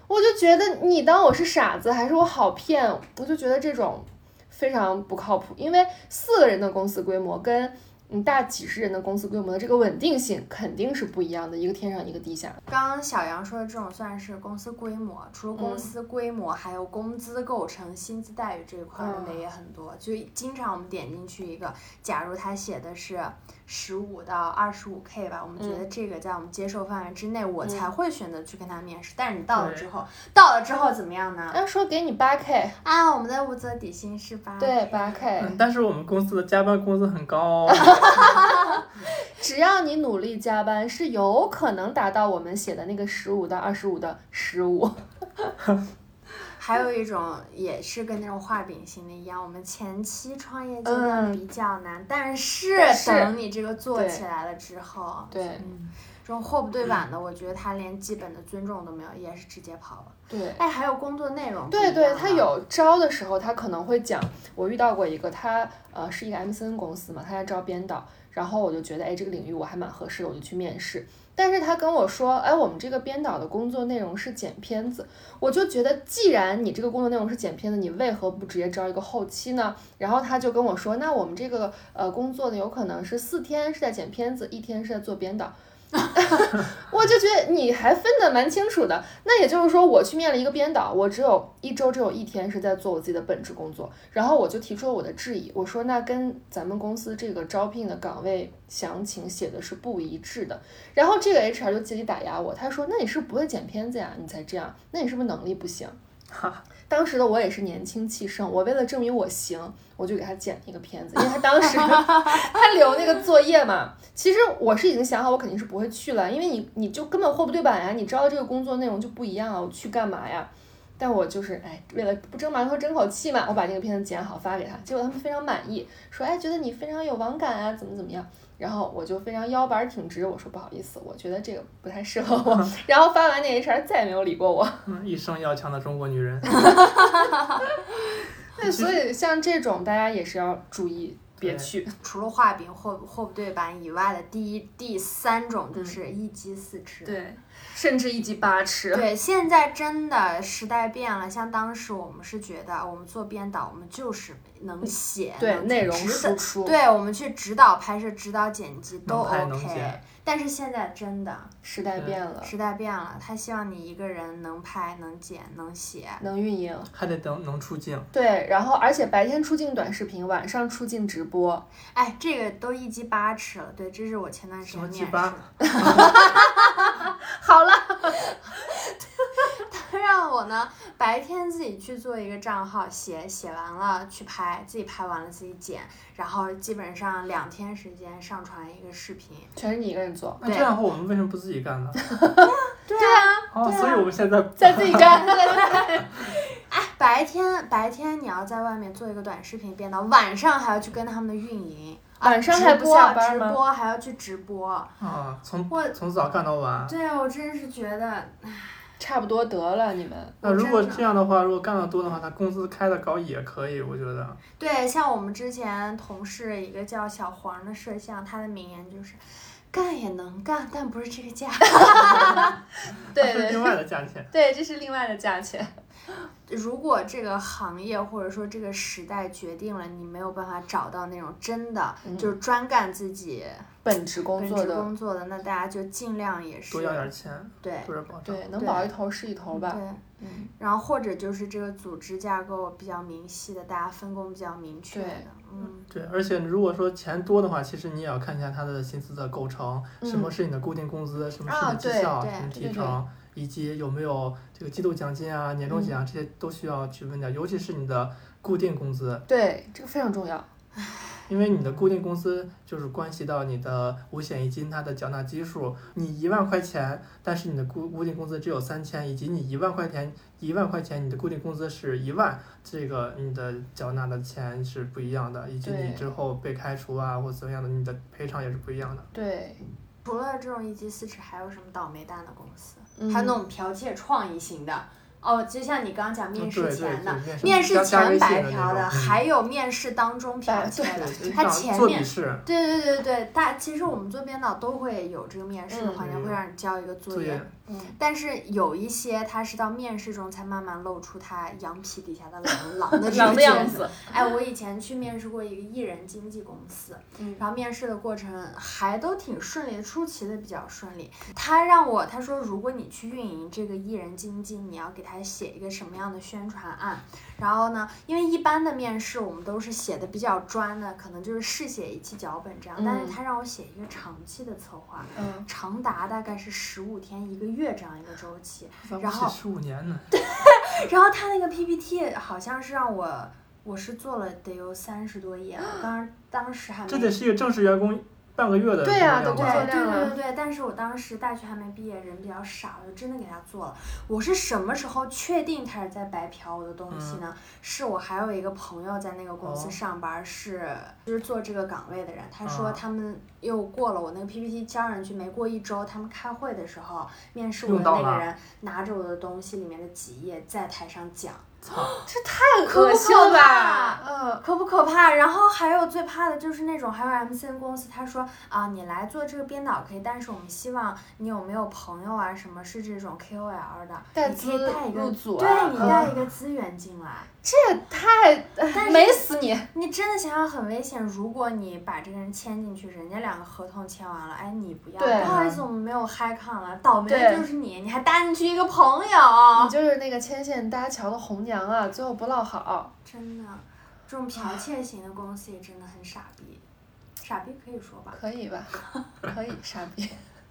我就觉得你当我是傻子，还是我好骗？我就觉得这种非常不靠谱，因为四个人的公司规模跟嗯大几十人的公司规模的这个稳定性肯定是不一样的，一个天上一个地下。刚刚小杨说的这种算是公司规模，除了公嗯司规模，还有工资构成、薪资待遇这一块儿嗯的也很多。就经常我们点进去一个，假如他写的是十五到二十五 K 吧，我们觉嗯得这个在我们接受范围之内，我才会选择去跟他面试。但是你到了之后，到了之后怎么样呢？那说给你八 K，啊，我们的无责底薪是八，对，八 K，嗯，但是我们公司的加班工资很高哦，只要你努力加班，是有可能达到我们写的那个十五到二十五的十五。还嗯有一种也是跟那种画饼型的一样，我们前期创业阶嗯段比较难，但是但是等你这个做对起来了之后，对嗯这种货不对版的，我觉得他连基本的尊重都没有，也是直接跑了。对，哎，还有工作内容不一对样了，啊对，他有招的时候，他可能会讲，我遇到过一个，他呃是一个 MCN 公司嘛，他在招编导，然后我就觉得，哎，这个领域我还蛮合适的，我就去面试。但是他跟我说，哎，我们这个编导的工作内容是剪片子，我就觉得，既然你这个工作内容是剪片子，你为何不直接招一个后期呢？然后他就跟我说，那我们这个呃工作呢，有可能是四天是在剪片子，一天是在做编导。我就觉得你还分得蛮清楚的。那也就是说，我去面了一个编导，我只有一周只有一天是在做我自己的本职工作，然后我就提出了我的质疑，我说那跟咱们公司这个招聘的岗位详情写的是不一致的。然后这个 HR 就借机打压我，他说那你是不会剪片子呀，你才这样，那你是不是能力不行？ 当时的我也是年轻气盛，我为了证明我行，我就给他剪了一个片子，因为他当时 他留那个作业嘛。其实我是已经想好，我肯定是不会去了，因为你你就根本货不对版呀，你知道这个工作内容就不一样啊，我去干嘛呀？但我就是哎，为了不争馒头争口气嘛，我把那个片子剪好发给他，结果他们非常满意，说哎觉得你非常有网感啊，怎么怎么样。然后我就非常腰板儿挺直，我说不好意思，我觉得这个不太适合 我。然后发完那 HR 再也没有理过我。 嗯一生要强的中国女人。对，所以像这种大家也是要注意，别对去。除了画饼货货不对版以外的第一第三种就是一鸡四吃。嗯对，甚至一级八吃。对，现在真的时代变了，像当时我们是觉得我们做编导，我们就是能写，对能去内容指输导出，对我们去指导拍摄、指导剪辑都能拍能 OK 剪。但是现在真的时代变了，时代变了，他希望你一个人能拍、能剪、能写。能运营。还得等能出镜，对，然后而且白天出镜短视频，晚上出镜直播。哎，这个都一鸡八吃了。对，这是我前段时什么间鸡面巴试， 好了，他 让我呢白天自己去做一个账号，写写完了去拍，自己拍完了自己剪，然后基本上两天时间上传一个视频。全是你一个人做，那对这样的话我们为什么不自己干呢？对啊，哦，所以我们现在 在自己干，在哎，白天白天你要在外面做一个短视频编导，晚上还要去跟他们的运营，啊晚上直还不播下班直吗播还要去直播。啊，从我从早干到晚。对我真是觉得， 差不多得了，你们。那如果真的这样的话，如果干得多的话，他工资开的高也可以，我觉得。对，像我们之前同事一个叫小黄的摄像，他的名言就是。干也能干，但不是这个价。 对它是另对外的价钱。对，这是另外的价钱。如果这个行业或者说这个时代决定了你没有办法找到那种真的、 嗯就是专干自己本职工本作职的，工作的，那大家就尽量也是多要点钱，对不是保障。对，能对保一头是一头吧。对，嗯，然后或者就是这个组织架构比较明晰的，大家分工比较明确对的，嗯，对，而且如果说钱多的话，其实你也要看一下它的薪资的构成，嗯什么是你的固定工资，什么是啊你的绩对效，对什么对提对成，以及有没有这个季度奖金啊、年终嗯奖、这些都需要去问掉，尤其是你的固定工资，嗯对，这个非常重要。因为你的固定工资就是关系到你的五险一金它的缴纳基数，你一万块钱，但是你的固固定工资只有三千，以及你一万块钱一万块钱你的固定工资是一万，这个你的缴纳的钱是不一样的，以及对你之后被开除啊或怎么样的，你的赔偿也是不一样的。对，除了这种一级四尺，还有什么倒霉蛋的公司？嗯还有那种剽窃创意型的，哦，就像你刚讲面嗯试对对前的，对，面试加加微前信白那嫖的，种还有面试当中剽窃白的。嗯他对前做面笔试对对对对，大其实我们做编导都会有这个面试的环节，嗯会让你交一个作作业业。，嗯，但是有一些他是到面试中才慢慢露出他羊皮底下的狼狼 的这狼个的样角色。子，哎，我以前去面试过一个艺人经纪公司，嗯然后面试的过程还都挺顺利的，初期的比较顺利。他让我他说，如果你去运营这个艺人经纪，你要给他写一个什么样的宣传案？然后呢，因为一般的面试我们都是写的比较专的，可能就是试写一期脚本这样，但嗯是他让我写一个长期的策划，嗯，长达大概是十五天一个月这样一个周期。然后十五年呢，然后他那个 PPT 好像是让我，我是做了得有三十多页，我当时当时还没这得是一个正式员工半个月的对呀那种都工吧作对对量啊对对对，但是我当时大学还没毕业，人比较傻，我就真的给他做了。我是什么时候确定他是在白嫖我的东西呢？是我还有一个朋友在那个公司嗯哦上班，是就是做这个岗位的人，他说啊他们又过了我那个 PPT 交上去没过一周，他们开会的时候面试我用的到那个了人拿着我的东西里面的几页在台上讲。操，太恶心了吧，嗯，可不可怕？然后还有最怕的就是那种，还有 MCN 公司，他说啊，你来做这个编导可以，但是我们希望你有没有朋友啊，什么是这种 KOL 的，带你可以资带一个入组啊对你嗯带一个资源进来，这也太但是美死你，你真的想想很危险。如果你把这个人签进去，人家两个合同签完了，哎，你不要，对不好意思，我们没有 high con 了，倒霉对嗯的就是你，你还搭进去一个朋你友，就是那个牵线搭桥的红娘啊，最后不落好，真的，这种剽窃型的公司也真的很傻逼，傻逼可以说吧。可以吧？可以，傻逼。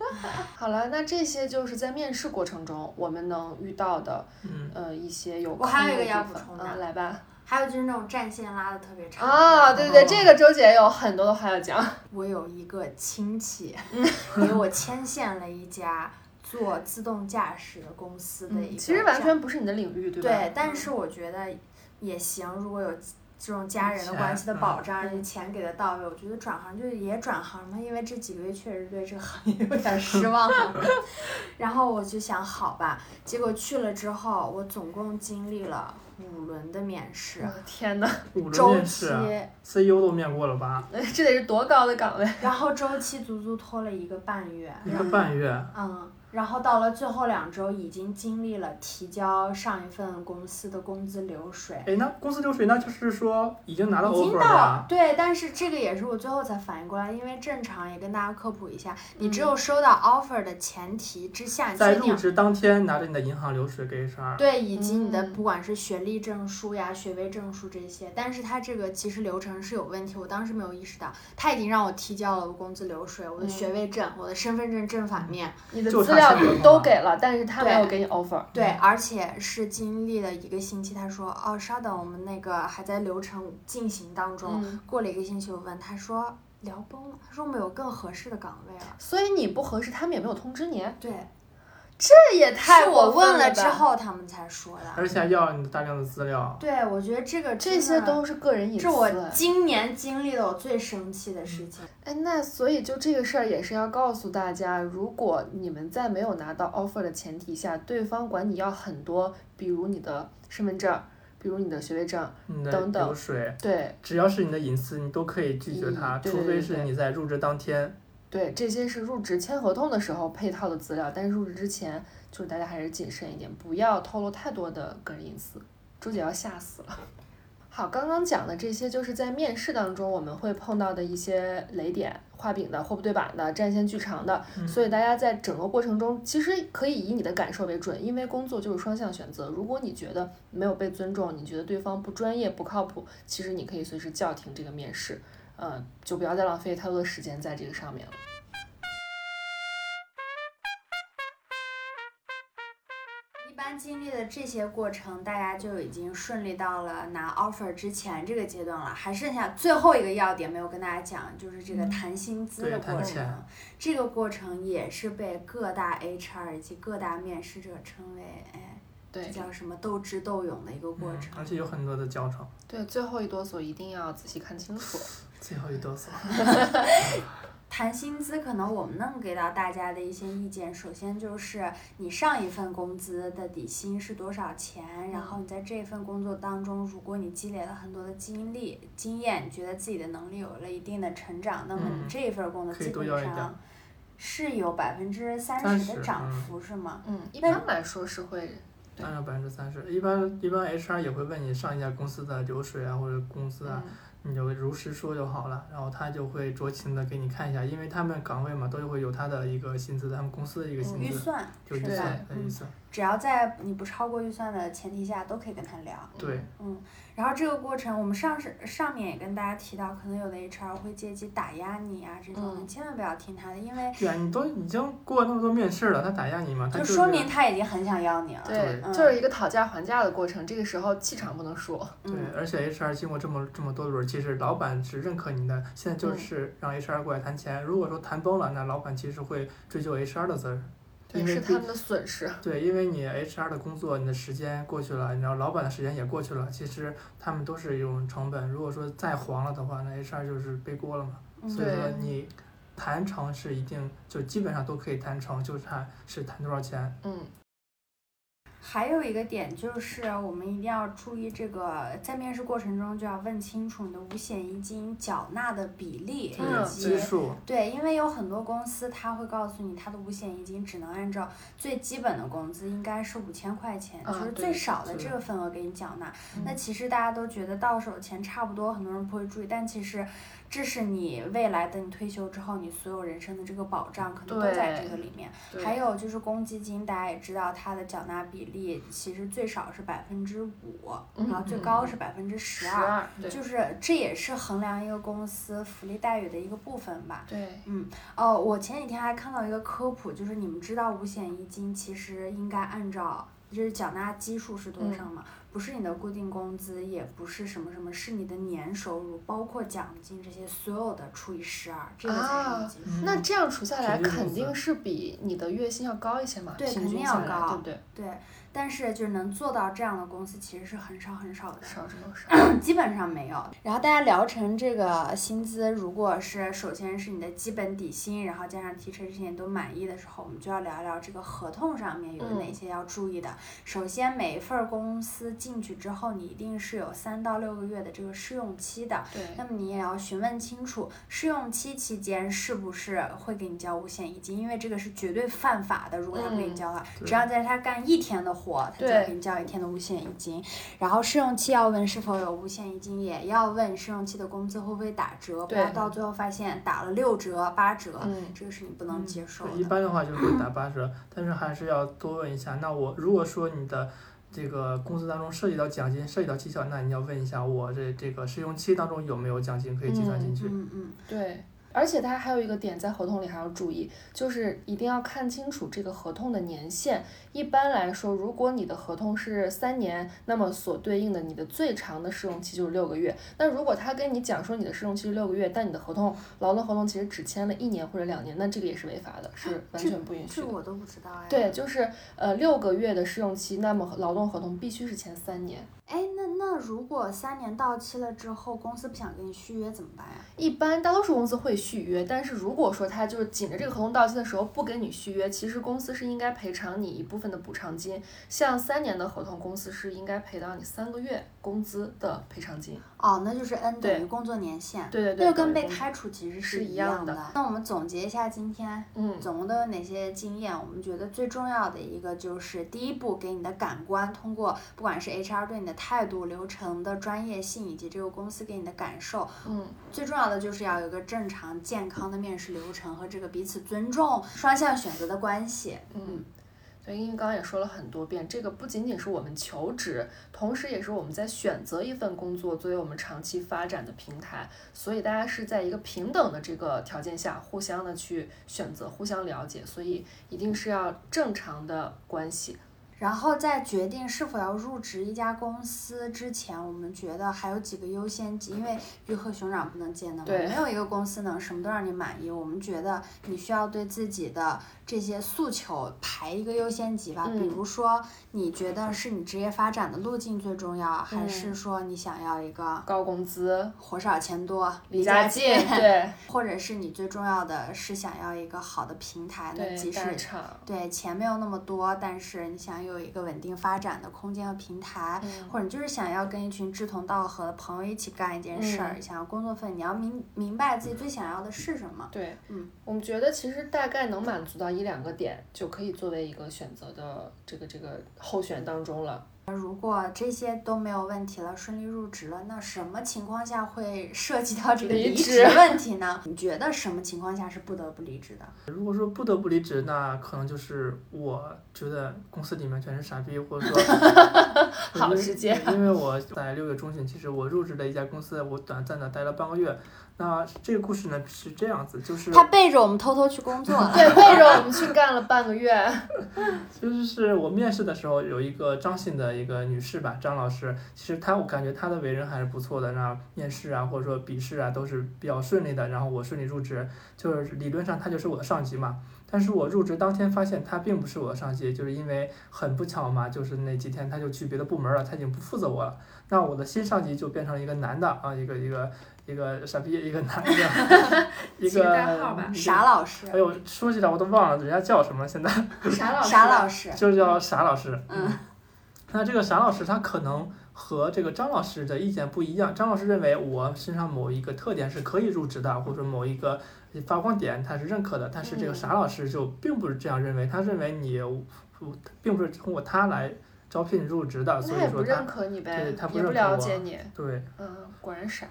好了，那这些就是在面试过程中我们能遇到的，嗯，呃，一些有我还有坑的一个要地方补充的嗯，来吧。还有就是那种战线拉的特别长啊，对对对，哦这个周姐有很多的话要讲。我有一个亲戚嗯给我牵线了一家做自动驾驶的公司的一个、嗯其实完全不是你的领域，对吧？对，但是我觉得也行，如果有。这种家人的关系的啊保嗯障，而且钱给的到位，我觉得转行就也转行嘛，因为这几个月确实对这个行业有点失望 了。然后我就想，好吧，结果去了之后，我总共经历了五轮的面我试，的天哪，五轮周面期试啊，CEO 都面过了吧？这得是多高的岗位？然后周期足足拖了一个半月，一个半月，嗯，然后到了最后两周，已经经历了提交上一份公司的工资流水，哎，那公司流水那就是说已经拿到已经 offer 到了，对，但是这个也是我最后才反应过来，因为正常也跟大家科普一下，你只嗯有收到 offer 的前提之下，在确入定。职当天拿着你的银行流水给 HR，对，以及你的嗯不管是学历证书呀、学位证书这些，但是它这个其实流程是有问题，我当时没有意识到，他已经让我提交了我工资流水、我的嗯学位证、我的身份证正反面，你的就资差料钱了都给了，但是他没对有给你 offer。对，而且是经历了一个星期，他说哦，稍等，我们那个还在流程进行当中。嗯，过了一个星期，我问他说聊崩了，他说我们有更合适的岗位了。所以你不合适，他们也没有通知你，对，这也太是我过分问了了之吧，后他们才说的。而且还要你大量的资料，对，我觉得这个这真些的都是个人隐私。是我今年经历的我最生气的事情。哎，那所以就这个事儿也是要告诉大家，如果你们在没有拿到 offer 的前提下，对方管你要很多，比如你的身份证，比如你的学位证，你的等等流水，对只要是你的隐私，你都可以拒绝他，嗯对除对非对是对你在入职当天。对，这些是入职签合同的时候配套的资料，但是入职之前，就是大家还是谨慎一点，不要透露太多的个人隐私。朱姐要吓死了。好，刚刚讲的这些就是在面试当中我们会碰到的一些雷点，画饼的、货不对版的、战线巨长的，嗯所以大家在整个过程中，其实可以以你的感受为准，因为工作就是双向选择。如果你觉得没有被尊重，你觉得对方不专业、不靠谱，其实你可以随时叫停这个面试，呃，就不要再浪费太多的时间在这个上面了。一般经历了这些过程，大家就已经顺利到了拿 offer 之前这个阶段了。还剩下最后一个要点没有跟大家讲，就是这个谈薪资嗯对的过谈程。钱这个过程也是被各大 HR 以及各大面试者称为，哎，对这叫什么斗智斗勇的一个过嗯程。而且有很多的教程， 对，最后一哆嗦一定要仔细看清楚。最后一哆嗦。谈薪资，可能我们能给到大家的一些意见，首先就是你上一份工资的底薪是多少钱，然后你在这份工作当中，如果你积累了很多的经历、经验，你觉得自己的能力有了一定的成长，那么嗯你这一份工作可以基多本要一点上是有百分之三十30的涨嗯幅，是吗？嗯，一般来说是会按照百分之三十，一般一般 HR 也会问你上一家公司的流水啊或者工资嗯啊，你就如实说就好了，然后他就会酌情的给你看一下，因为他们岗位嘛都会有他的一个薪资，他们公司的一个薪嗯预资，算有是预吧？算嗯有预算，只要在你不超过预算的前提下，都可以跟他聊。对，然后这个过程，我们上是上面也跟大家提到，可能有的 HR 会借机打压你啊，这种、嗯你千万不要听他的，因为对啊，你都已经过那么多面试了，他打压你嘛，他就是说明他已经很想要你了。对，嗯就是一个讨价还价的过程。这个时候气场不能输。对嗯，，而且 HR 经过这么这么多轮，其实老板是认可你的，现在嗯就是让 HR 过来谈钱。如果说谈崩了，那老板其实会追究 HR 的责任，对，因为是毕他们的损失。对，因为你 HR 的工作，你的时间过去了，然后老板的时间也过去了，其实他们都是一种成本。如果说再黄了的话，那 HR 就是背锅了嘛。嗯所以说对你谈成是一定，就基本上都可以谈成，就差是谈多少钱。嗯，还有一个点就是，我们一定要注意这个在面试过程中就要问清楚你的五险一金缴纳的比例嗯对以及基数，对，因为有很多公司他会告诉你，他的五险一金只能按照最基本的工资，应该是五千块钱，啊就是对最少的是这个份额给你缴纳。那嗯其实大家都觉得到手钱差不多，很多人不会注意，但其实这是你未来等你退休之后，你所有人生的这个保障，可能都在这个里面。对还有就是公积金，大家也知道它的缴纳比例其实最少是百分之五，然后最嗯嗯高是百分之十十二，二，对就是这也是衡量一个公司福利待遇的一个部分吧。对，哦，我前几天还看到一个科普，就是你们知道五险一金其实应该按照就是缴纳基数是多嗯少吗？不是你的固定工资，也不是什么什么，是你的年收入，包括奖金这些所有的除以十二，这个才是啊基数。嗯那这样除下来平均工肯资定是比你的月薪要高一些嘛，对平肯均定下要来，高对不对？对，但是就是能做到这样的公司其实是很少很少的。少之又少。基本上没有。然后大家聊成这个薪资，如果是首先是你的基本底薪，然后加上提成这些你都满意的时候，我们就要聊一聊这个合同上面有嗯哪些要注意的。首先，每一份儿公司进去之后，你一定是有三到六个月的这个试用期的。对，那么你也要询问清楚，试用期期间是不是会给你交五险一金，因为这个是绝对犯法的。如果他不给你嗯交的话，对只要在他干一天的活，他就对给你交一天的五险一金。然后试用期要问是否有五险一金，也要问试用期的工资会不会打折，不对要到最后发现打了六折、八折，嗯，这个是你不能接受对的。一般的话就是打八折，但是还是要多问一下。那我如果说你的这个工资当中涉及到奖金、涉及到绩效，那你要问一下我这这个试用期当中有没有奖金可以计算进去。嗯嗯，对。而且它还有一个点，在合同里还要注意，就是一定要看清楚这个合同的年限。一般来说，如果你的合同是三年，那么所对应的你的最长的试用期就是六个月。那如果他跟你讲说你的试用期是六个月，但你的合同劳动合同其实只签了一年或者两年，那这个也是违法的，是完全不允许啊这的。我都不知道哎。对，就是呃六个月的试用期，那么劳动合同必须是前三年。哎，那那如果三年到期了之后，公司不想跟你续约怎么办呀？一般大多数公司会续约，但是如果说他就是紧着这个合同到期的时候不跟你续约，其实公司是应该赔偿你一部分的补偿金。像三年的合同，公司是应该赔到你三个月工资的赔偿金。哦，那就是 N 对等于工作年限，对对那对，就跟对被开除其实是一一样样的那我们总结一下今天嗯总共都有哪些经验？我们觉得最重要的一个就是第一步，给你的感官通过不管是 HR 对你的态度、流程的专业性，以及这个公司给你的感受，嗯，最重要的就是要有一个正常健康的面试流程和这个彼此尊重、双向选择的关系。嗯，对，因为刚刚也说了很多遍，这个不仅仅是我们求职，同时也是我们在选择一份工作作为我们长期发展的平台。所以大家是在一个平等的这个条件下，互相的去选择，互相了解，所以一定是要正常的关系。然后在决定是否要入职一家公司之前，我们觉得还有几个优先级，因为鱼和熊掌不能兼得嘛，对没有一个公司能什么都让你满意。我们觉得你需要对自己的这些诉求排一个优先级吧，嗯比如说你觉得是你职业发展的路径最重要，还嗯是说你想要一个高工资，活少钱多、离家家近， 对或者是你最重要的是想要一个好的平台，那即对，使大厂，对钱没有那么多，但是你想有一个稳定发展的空间和平台， 嗯或者你就是想要跟一群志同道合的朋友一起干一件事儿，想要工作氛围，你要明明白自己最想要的是什么。对，嗯，我们觉得其实大概能满足到一两个点，就可以作为一个选择的这个这个候选当中了。如果这些都没有问题了，顺利入职了，那什么情况下会涉及到这个离离职职问题呢？你觉得什么情况下是不得不离职的？如果说不得不离职，那可能就是我觉得公司里面全是傻逼，或者说好直接因为因为我在六月中旬，其实我入职的一家公司，我短暂的待了半个月。那这个故事呢是这样子，就是他背着我们偷偷去工作 了。对，背着我们去干了半个月，啊就是我面试的时候有一个张姓的一个女士吧，张老师，其实她我感觉她的为人还是不错的，那面试啊或者说笔试啊都是比较顺利的，然后我顺利入职，就是理论上她就是我的上级嘛。但是我入职当天发现她并不是我的上级，就是因为很不巧嘛，就是那几天她就去别的部门了，她已经不负责我了。那我的新上级就变成了一个男的啊，一个一个一个傻逼，一个男的， 一起个个代号吧一个傻老师，哎呦，说起来我都忘了人家叫什么，现在。傻老傻老师，师，就叫傻老师。嗯，那这个傻老师他可能和这个张老师的意见不一样。张老师认为我身上某一个特点是可以入职的，或者某一个发光点他是认可的，但是嗯这个傻老师就并不是这样认为，他认为你并不是通过他来招聘入职的，所那也以不说他认可你呗对，他不也认不可了我解你，对。嗯，果然傻。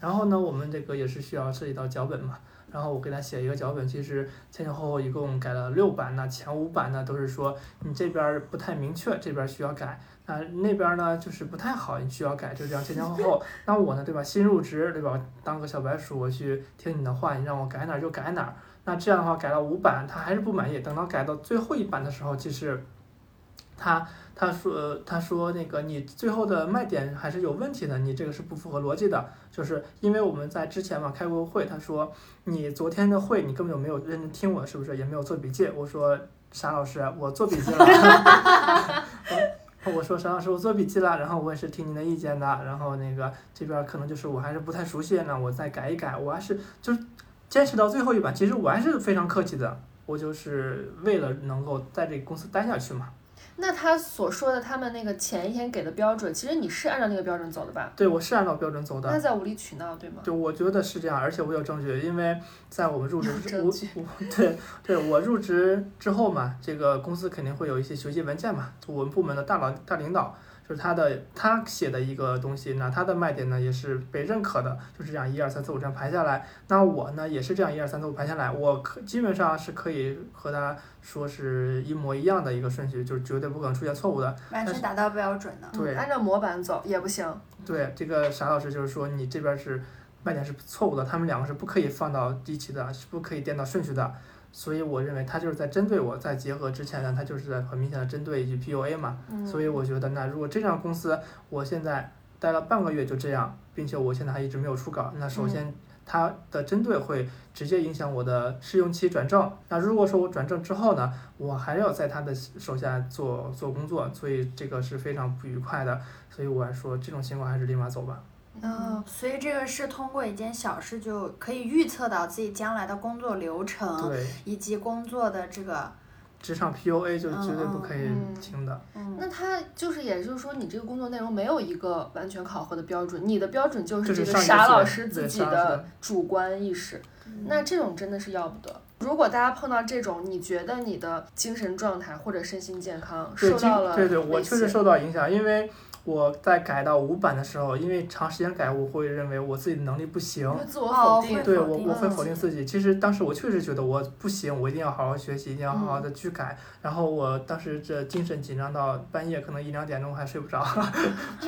然后呢，我们这个也是需要涉及到脚本嘛。然后我给他写一个脚本，其实前前后后一共改了六版呢，前五版呢都是说你这边儿不太明确，这边儿需要改，那那边儿呢就是不太好，你需要改，就这样前前后后。那我呢，对吧，新入职，对吧，我当个小白鼠，我去听你的话，你让我改哪儿就改哪儿。那这样的话，改了五版，他还是不满意。等到改到最后一版的时候，其实他他说他说那个你最后的卖点还是有问题的，你这个是不符合逻辑的。就是因为我们在之前嘛开过会，他说你昨天的会你根本就没有认真听我，是不是？也没有做笔记。我说傻老师，我做笔记了。 我我说傻老师，我做笔记了，然后我也是听您的意见的，然后那个这边可能就是我还是不太熟悉，那我再改一改，我还是就是坚持到最后一版，其实我还是非常客气的，我就是为了能够在这个公司待下去嘛。那他所说的他们那个前一天给的标准，其实你是按照那个标准走的吧？对我是按照标准走的，那在无理取闹，对吗？对，我觉得是这样，而且我有证据，因为在我们入职有之证我据我对对我入职之后嘛，这个公司肯定会有一些学习文件嘛，我们部门的大佬大领导。就是他的他写的一个东西，那他的卖点呢也是被认可的，就是这样一二三四五这样排下来。那我呢也是这样一二三四五排下来，我可基本上是可以和他说是一模一样的一个顺序，就是绝对不可能出现错误的。完全达到标准的。对嗯，按照模板走也不行。对，这个傻老师就是说你这边是卖点是错误的，他们两个是不可以放到一起的，是不可以颠倒顺序的。所以我认为他就是在针对我，再结合之前呢，他就是在很明显的针对一句 PUA 嘛。嗯，所以我觉得，那如果这家公司我现在待了半个月就这样，并且我现在还一直没有出稿，那首嗯先它的针对会直接影响我的试用期转正。那如果说我转正之后呢，我还要在他的手下做做工作，所以这个是非常不愉快的。所以我还说这种情况还是立马走吧。嗯，所以这个是通过一件小事就可以预测到自己将来的工作流嗯程对，以及工作的这个，职场 PUA 就绝对不可以嗯嗯听的。嗯，那他就是，也就是说，你这个工作内容没有一个完全考核的标准，你的标准就是就这是个上一傻次老师对自己傻老师的的嗯主观意识。那这种真的是要不得。如果大家碰到这种，你觉得你的精神状态或者身心健康对，受经到了对对，我威确胁实受到影响，因为我在改到五版的时候，因为长时间改，我会认为我自己的能力不行。会自我哦否定会，对否我定我会自否定己自己。其实当时我确实觉得我不行，我一定要好好学习，一定要好好的去改。然后我当时这精神紧张到半夜可能一两点钟还睡不着。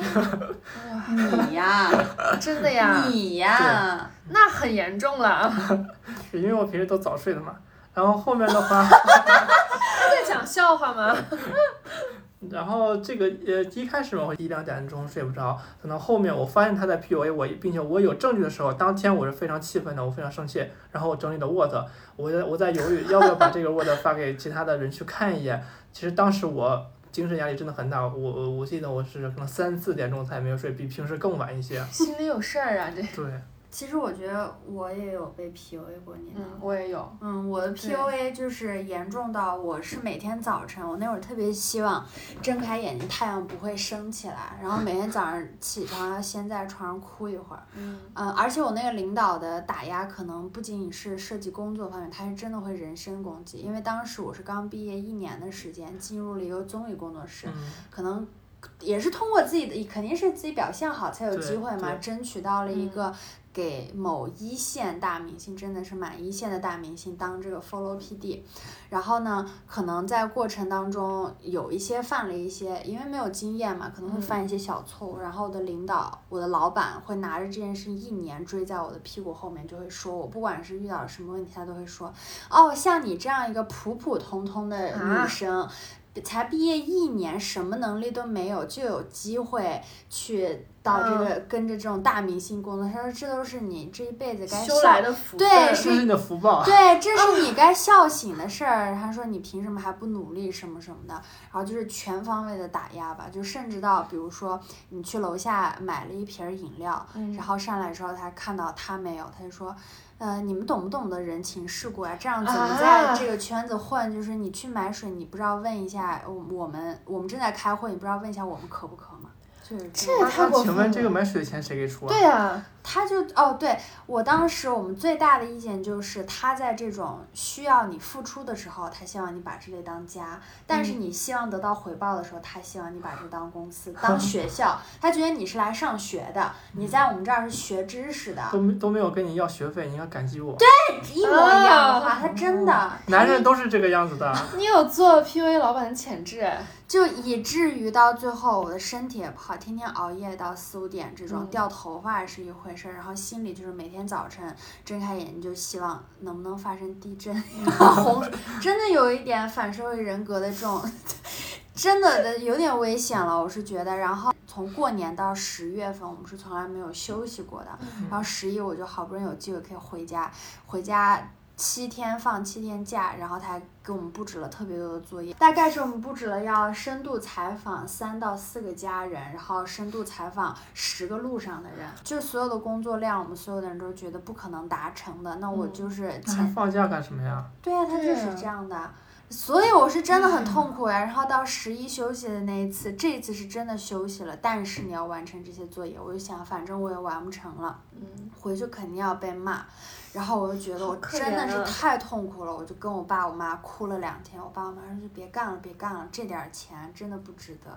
你 呀， 真的呀，你呀，那很严重 了啊！因为我平时都早睡的嘛。然后后面的话，在讲笑话吗？然后这个呃，一开始我会一两点钟睡不着，等到后面我发现他在 PUA 我，并且我有证据的时候，当天我是非常气愤的，我非常生气，然后我整理的 Word，我在我在犹豫要不要把这个 Word 发给其他的人去看一眼。其实当时我精神压力真的很大，我我我记得我是可能三四点钟才没有睡，比平时更晚一些。心里有事儿啊，这对，其实我觉得我也有被 PUA 过，你呢？嗯，我也有，嗯，我的 PUA 就是严重到我是每天早晨，我那会儿特别希望睁开眼睛太阳不会升起来，然后每天早上起床要先在床上哭一会儿。嗯，嗯，而且我那个领导的打压可能不仅仅是涉及工作方面，他是真的会人身攻击。因为当时我是刚毕业一年的时间，进入了一个综艺工作室，嗯。可能也是通过自己的，肯定是自己表现好才有对机会嘛，对嗯争取到了一个给某一线大明星，真的是满一线的大明星当这个 follow PD。然后呢，可能在过程当中有一些犯了一些，因为没有经验嘛，可能会嗯犯一些小错误。然后我的领导、我的老板会拿着这件事情一年追在我的屁股后面，就会说我不管是遇到什么问题，他都会说，哦，像你这样一个普普通通的啊女生。才毕业一年，什么能力都没有，就有机会去到嗯这个、跟着这种大明星工作。他说：“这都是你这一辈子该修笑来的福分，对这是你的福报，对， 这是你该笑醒的事儿。他说你凭什么还不努力什么什么的，然后就是全方位的打压吧，就甚至到比如说你去楼下买了一瓶儿饮料，嗯然后上来之后他看到他没有，他就说。呃，你们懂不懂得人情世故啊？这样怎么在啊这个圈子混？就是你去买水，你不知道问一下我我们，我们正在开会，你不知道问一下我们渴不渴吗？就是这种也那太过分请了问这个买水的钱谁给出啊？对啊，他就哦，对我当时我们最大的意见就是，他在这种需要你付出的时候，他希望你把这个当家；但嗯是你希望得到回报的时候，他希望你把这当公司、当学校。他觉得你是来上学的，嗯你在我们这儿是学知识的，都没都没有跟你要学费，你应该感激我。一模一样的话，哦他真的他男一人都是这个样子的，你有做 PUA 老板的潜质哎，就以至于到最后，我的身体也不好，天天熬夜到四五点这种，嗯掉头发是一回事儿，然后心里就是每天早晨睁开眼睛就希望能不能发生地震，洪水，真的有一点反社会人格的这种，真的的有点危险了，我是觉得。然后从过年到十月份，我们是从来没有休息过的，然后十一我就好不容易有机会可以回家，回家七天放七天假，然后他还给我们布置了特别多的作业，大概是我们布置了要深度采访三到四个家人，然后深度采访十个路上的人，就是所有的工作量我们所有的人都觉得不可能达成的，那我嗯就是那前还放假干什么呀？对呀、他对就是啊嗯这样的。所以我是真的很痛苦呀、然后到十一休息的那一次，这一次是真的休息了，但是你要完成这些作业，我就想反正我也完不成了，嗯，回去肯定要被骂。然后我就觉得我好可真的怜是啊太痛苦了，我就跟我爸我妈哭了两天。我爸我妈说就别干了，别干了，这点儿钱真的不值得。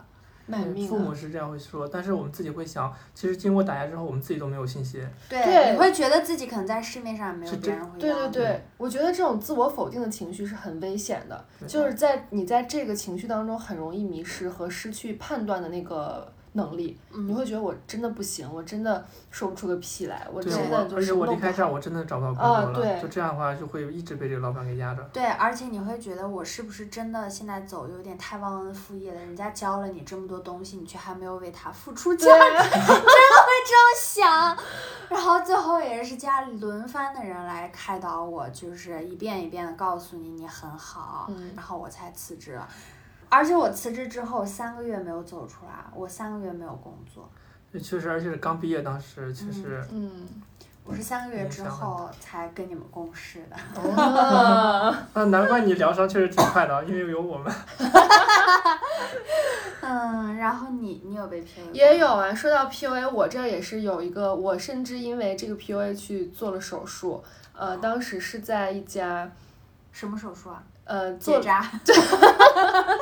卖命父啊，母是这样会说，但是我们自己会想，其实经过打压之后，我们自己都没有信心。对，对你会觉得自己可能在市面上也没有是别真人会对要对你。对，我觉得这种自我否定的情绪是很危险的，对就是在你在这个情绪当中很容易迷失和失去判断的那个能力，嗯你会觉得我真的不行，我真的说不出个屁来，我对真我的，就而且是我离弄不开这好。儿，我真的找不到工啊作了。对就这样的话，就会一直被这个老板给压着。对，而且你会觉得我是不是真的现在走有点太忘恩负义了？人家教了你这么多东西，你却还没有为他付出价 对啊值， 想。然后最后也是家里轮番的人来开导我，就是一遍一遍的告诉你你很好，嗯然后我才辞职了。而且我辞职之后三个月没有走出来，我三个月没有工作，确实，而且是刚毕业当时，确实， 嗯，我是三个月影之响很后才跟你们共事的。啊那难怪你疗伤确实挺快的，因为有我们。嗯，然后你你有被 PUA 也有啊。说到 PUA，我这儿也是有一个，我甚至因为这个 PUA 去做了手术。呃，当时是在一家什么手术啊？呃做结扎。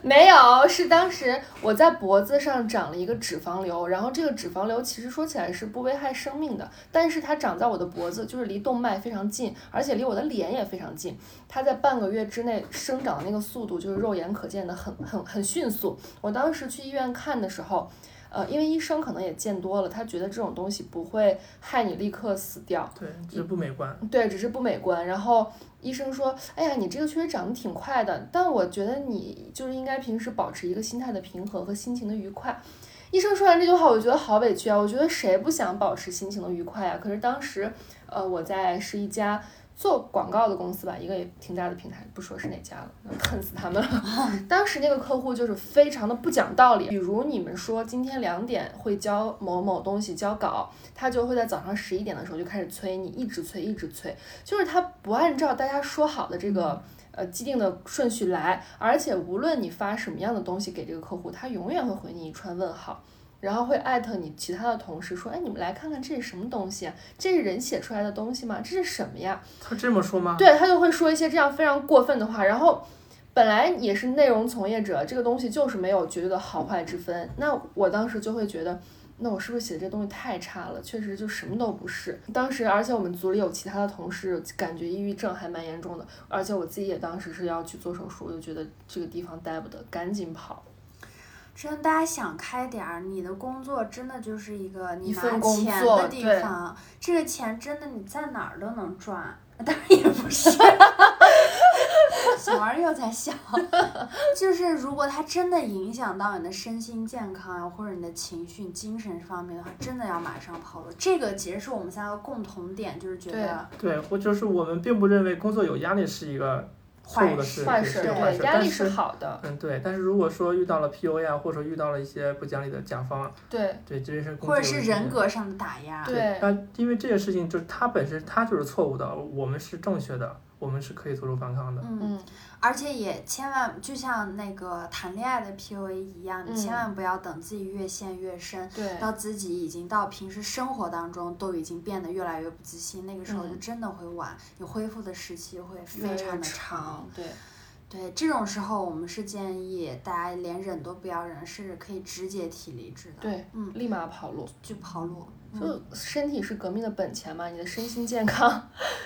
没有，是当时我在脖子上长了一个脂肪瘤，然后这个脂肪瘤其实说起来是不危害生命的，但是它长在我的脖子，就是离动脉非常近，而且离我的脸也非常近。它在半个月之内生长的那个速度，就是肉眼可见的很很很迅速。我当时去医院看的时候，呃，因为医生可能也见多了，他觉得这种东西不会害你立刻死掉，对，这不美观。对，只是不美观。然后医生说，哎呀，你这个确实长得挺快的，但我觉得你就是应该平时保持一个心态的平和和心情的愉快。医生说完这句话，我觉得好委屈啊！我觉得谁不想保持心情的愉快啊？可是当时，呃，我在是一家做广告的公司吧，一个也挺大的平台，不说是哪家了， 恨死他们了。 当时那个客户就是非常的不讲道理，比如你们说今天两点会交某某东西交稿，他就会在早上十一点的时候就开始催你，一直催，一直催，就是他不按照大家说好的这个。呃，既定的顺序来，而且无论你发什么样的东西给这个客户，他永远会回你一串问号，然后会艾特你其他的同事说，哎，你们来看看这是什么东西啊？这是人写出来的东西吗？这是什么呀？他这么说吗？对他就会说一些这样非常过分的话，然后。本来也是内容从业者，这个东西就是没有绝对的好坏之分。那我当时就会觉得，那我是不是写的这东西太差了？确实就什么都不是。当时，而且我们组里有其他的同事，感觉抑郁症还蛮严重的，而且我自己也当时是要去做手术，我就觉得这个地方待不得，赶紧跑。真的，大家想开点儿，你的工作真的就是一个你一份拿工钱作的地对方，这个钱真的你在哪儿都能赚，当然也不是。 小儿又在笑， 就是如果它真的影响到你的身心健康啊，或者你的情绪、精神方面的话，真的要马上跑路。这个其实是我们三个共同点，就是觉得对，或就是我们并不认为工作有压力是一个错坏误的事事，坏是事，个坏对，事。压但力是，好的，嗯，对。但是如果说遇到了 PUA 啊，或者遇到了一些不讲理的甲方，对对，这是工或作者的是原人因。格上的打压。对那因为这些事情就是他本身他就是错误的，我们是正确的，我们是可以做出反抗的。嗯嗯，而且也千万就像那个谈恋爱的 PUA 一样，你嗯千万不要等自己越陷越深，对，到自己已经到平时生活当中都已经变得越来越不自信，那个时候嗯就真的会晚，你恢复的时期会越来非越常的长，对，对，这种时候我们是建议大家连忍都不要忍，是可以直接提离职的，对，嗯立马跑路。就跑路。嗯，就身体是革命的本钱嘛，你的身心健康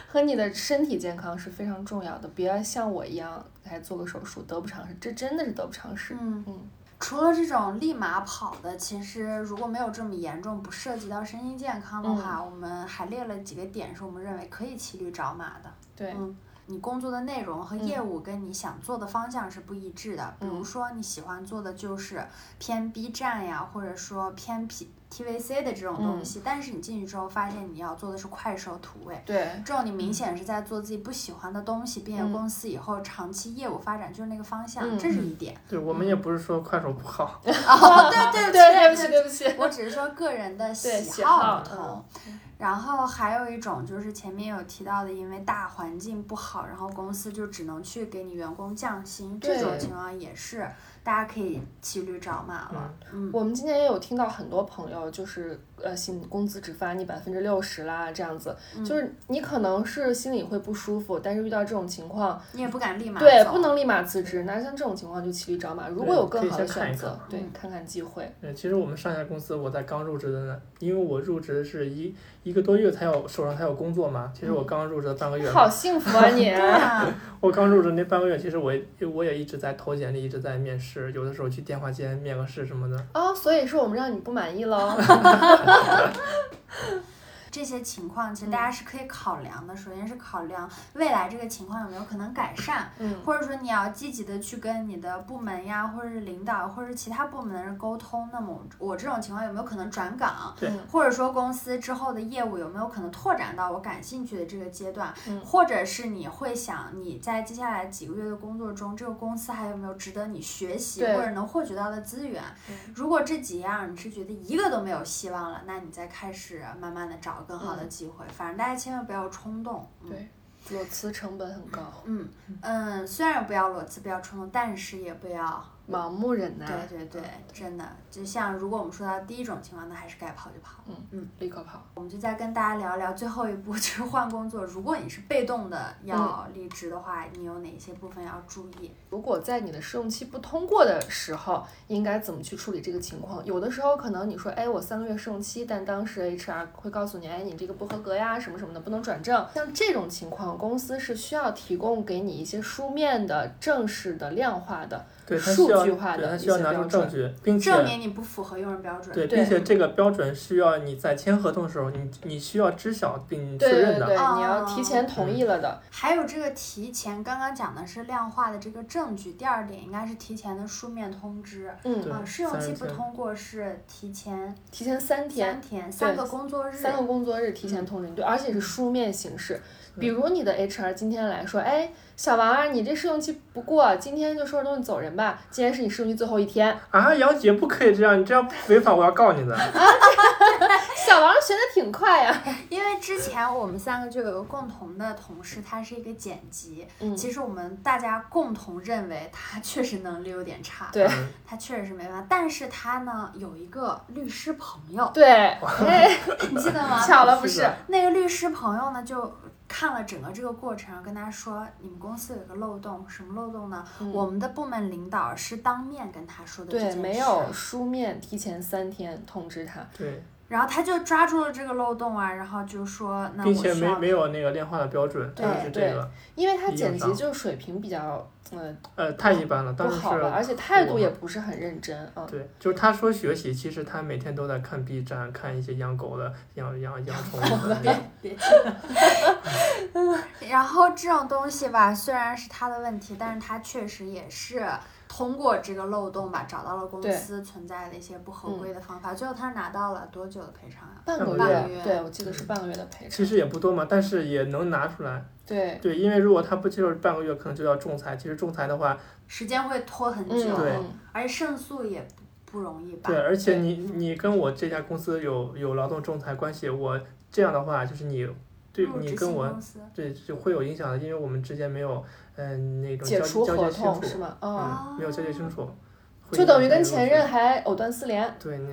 和你的身体健康是非常重要的。别像我一样还做个手术，得不偿失，这真的是得不偿失。嗯嗯，除了这种立马跑的，其实如果没有这么严重，不涉及到身心健康的话，嗯我们还列了几个点是我们认为可以骑驴找马的。对，嗯，你工作的内容和嗯业务跟你想做的方向是不一致的。比如嗯说，你喜欢做的就是偏 B 站呀，或者说偏 P TVC 的这种东嗯西，但是你进去之后发现你要做的是快手土味。对，这种你明显是在做自己不喜欢的东西，并且嗯公司以后长期业务发展就是那个方向，嗯这是嗯一点。对，我们也不是说快手不好， 哦，对对对，对对不起，对不起。我只是说个人的对喜好好不嗯同。然后还有一种就是前面有提到的，因为大环境不好，然后公司就只能去给你员工降薪，这种对情况也是大家可以骑驴找马了。嗯，我们今年也有听到很多朋友，就是呃，薪工资只发你百分之六十啦，这样子，就是你可能是心里会不舒服，但是遇到这种情况，你也不敢立马对，走不能立马辞职。那像这种情况就骑驴找马，如果对有可更以好的先看选一择，看对嗯，看看机会。 嗯，其实我们上一家公司，我在刚入职的呢，因为我入职是一一个多月才有手上才有工作嘛。其实我刚入职的半个月，嗯好幸福啊你！对啊，我刚入职那半个月，其实我我也一直在投简历，一直在面试，有的时候去电话间面个试什么的。哦，所以说我们让你不满意 喽。这些情况嗯其实大家是可以考量的。首先是考量未来这个情况有没有可能改善，嗯，或者说你要积极的去跟你的部门呀，或者是领导，或者是其他部门的人沟通。那么我我这种情况有没有可能转岗？对或者说公司之后的业务有没有可能拓展到我感兴趣的这个阶段？嗯或者是你会想你在接下来几个月的工作中，这个公司还有没有值得你学习对或者能获取到的资源？嗯如果这几样你是觉得一个都没有希望了，那你再开始慢慢的找更好的机会。反正大家千万不要冲动。嗯嗯对裸辞成本很高，嗯嗯，虽然不要裸辞，不要冲动，但是也不要，盲目忍对耐，对对，真的，就像如果我们说到第一种情况，那还是该跑就跑。立刻跑。我们就再跟大家聊聊最后一步， 就是换工作。如果你是被动的要离职的话，你有哪些部分要注意？如果在你的试用期不通过的时候，应该怎么去处理这个情况？有的时候可能你说，哎，我三个月试用期，但当时 HR 会告诉你，哎，你这个不合格呀，什么什么的，不能转正。像这种情况，公司是需要提供给你一些书面的、正式的、量化的对，它需数要据化对的它一需要些拿标出证准。据，并且证明你不符合用人标准。对，对并且这个标准需要你在签合同的时候，你你需要知晓并确对对认对，哦的。你要提前同意了的，还有这个提前，刚刚讲的是量化的这个证据，第二点应该是提前的书面通知。嗯，对啊，试用期30不天通过是提前提前三天三，天，三个工作日。三个工作日提前通知你，嗯对，而且是书面形式。比如你的 HR 今天来说，哎，小王啊，你这试用期不过，今天就收拾东西走人吧，今天是你试用期最后一天。啊，姚姐不可以这样，你这样违法，我要告你的。小王学的挺快呀、因为之前我们三个就有个共同的同事，他是一个剪辑，嗯其实我们大家共同认为他 确实能力有点差，对嗯他确实是没办法。但是他呢有一个律师朋 友，对，哎，你记得吗？巧了不是是？的那个律师朋友呢，就看了整个这个过程，跟他说：“你们公司有个漏洞，什么漏洞呢？嗯我们的部门领导是当面跟他说的这件对，事，没有。书面提前三天通知他， 对，然后他就抓住了这个漏洞啊，然后就说：那我并且需没要没有那个量化的标准，对就是这对个，因为他理由剪辑上就水平比较，嗯、呃，太一般了。当不时好吧，是，而且态我度也不是很认真啊。对，就是他说学习，其实他每天都在看 B 站，看一些养狗的、养养养宠物的那种。别然后这种东西吧，虽然是他的问题，但是他确实也是通过这个漏洞吧，找到了公对嗯司存在的一些不合规的方法。最后他拿到了多久的赔偿啊呀、半个半个月对我记得是半个月的赔嗯其偿。实也不多嘛，但是也能拿出来。对，对，因为如果他不接受半个月，可能就要仲裁。其实仲裁的话，时间会拖很久，嗯，对嗯而且胜诉也不不容易吧？对，而且对你你跟我这家公司有有劳动仲裁关系，我这样的话就是你对入你职跟新我公司对就会有影响的，因为我们之间没有嗯、那种解交除交合接清同是楚，吗？嗯，嗯，没有交接清楚，会就影响等于跟这个前东任西还藕断丝连。对你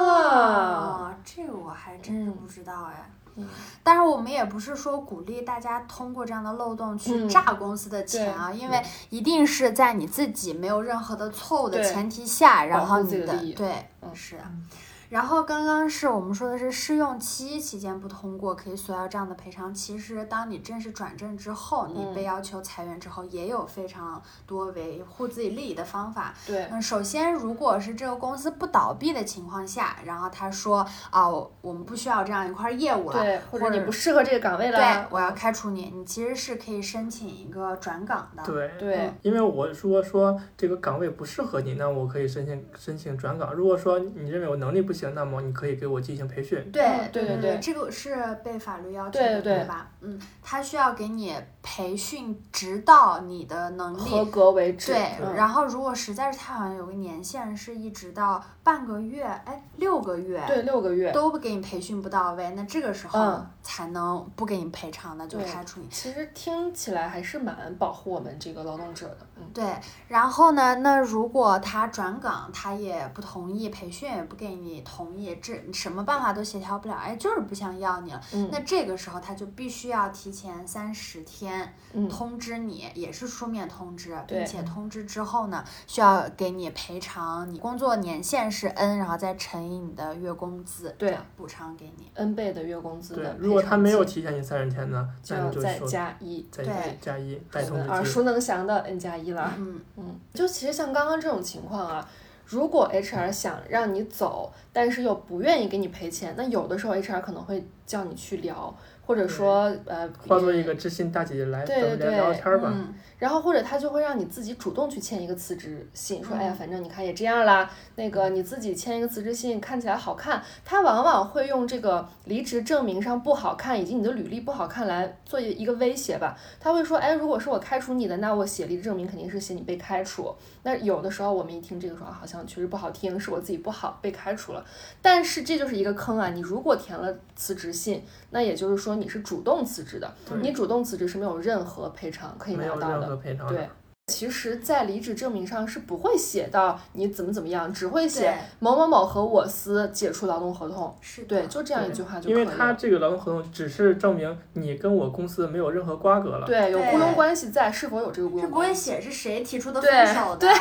哦，这个我还真是嗯不知道哎。嗯但是我们也不是说鼓励大家通过这样的漏洞去嗯榨公司的钱啊，因为一定是在你自己没有任何的错误的对前提下，然保后护自你己的利益对，嗯是的嗯。然后刚刚是我们说的是试用期期间不通过可以索要这样的赔偿，其实当你正式转正之后，你嗯被要求裁员之后，也有非常多维护自己利益的方法。对，嗯，首先，如果是这个公司不倒闭的情况下，然后他说啊、我我们不需要这样一块业务了，对，或者或者你不适合这个岗位对啦。我要开除你，你其实是可以申请一个转岗的。对。嗯对，因为我说说这个岗位不适合你，那我可以申请申请转岗。如果说你认为我能力不行，那么你可以给我进行培训。对嗯对对对对这个是被法律要求对的，对对吧？嗯，他需要给你培训，直到你的能合力。格为止。对，嗯然后如果实在是他好像有个年限，是一直到半个月，哎，六个月，对，六个月。都给你培训不到位，那这个时候嗯才能不给你赔偿的，就对开除你。其实听起来还是蛮保护我们这个劳动者的。嗯，对，然后呢？那如果他转岗，他也不同意，培训也不给你同意，这什么办法都协调不了，哎，就是不想要你了。嗯那这个时候他就必须要提前三十天嗯通知你，也是书面通知，对并且通知之后呢，需要给你赔偿，你工作年限是 N，然后再乘以你的月工资，对这样补偿给你。 ，N 倍的月工资对的，，如果他没有，提前你三十天呢，就那要你就再说加一。再对加一带我通们知耳期。熟能详的 N 加一了。嗯，嗯，就其实像刚刚这种情况啊，如果 HR 想让你走，但是又不愿意给你赔钱，那有的时候 HR 可能会叫你去聊，或者说呃，化作一个知心大姐姐来，对咱们对来聊天儿吧。嗯然后或者他就会让你自己主动去签一个辞职信，说嗯哎呀，反正你看也这样啦，那个你自己签一个辞职信看起来好看，他往往会用这个离职证明上不好看以及你的履历不好看来做一个威胁吧。他会说，哎，如果是我开除你的，那我写离职证明肯定是写你被开除。那有的时候我们一听这个说啊好像确实不好听，是我自己不好被开除了，但是这就是一个坑啊！你如果填了辞职信，那也就是说你是主动辞职的，对你主动辞职是没有任何赔偿可以没拿有到任的何。赔偿对的，，其实，在离职证明上是不会写到你怎么怎么样，只会写对某某某和我司解除劳动合同。是的对，就这样一句话就因可以为他了。这个劳动合同只是证明你跟我公司没有任何瓜葛了。对，有雇佣对关系在，是否有这个雇是佣不会关系？写是谁提出的对分手的。对，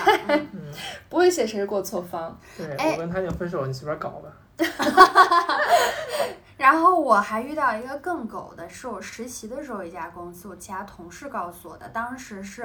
嗯，不会写谁是过错方。对哎我跟他已经分手，你随便搞吧。然后我还遇到一个更狗的，是我实习的时候一家公司，我其他同事告诉我的。当时是，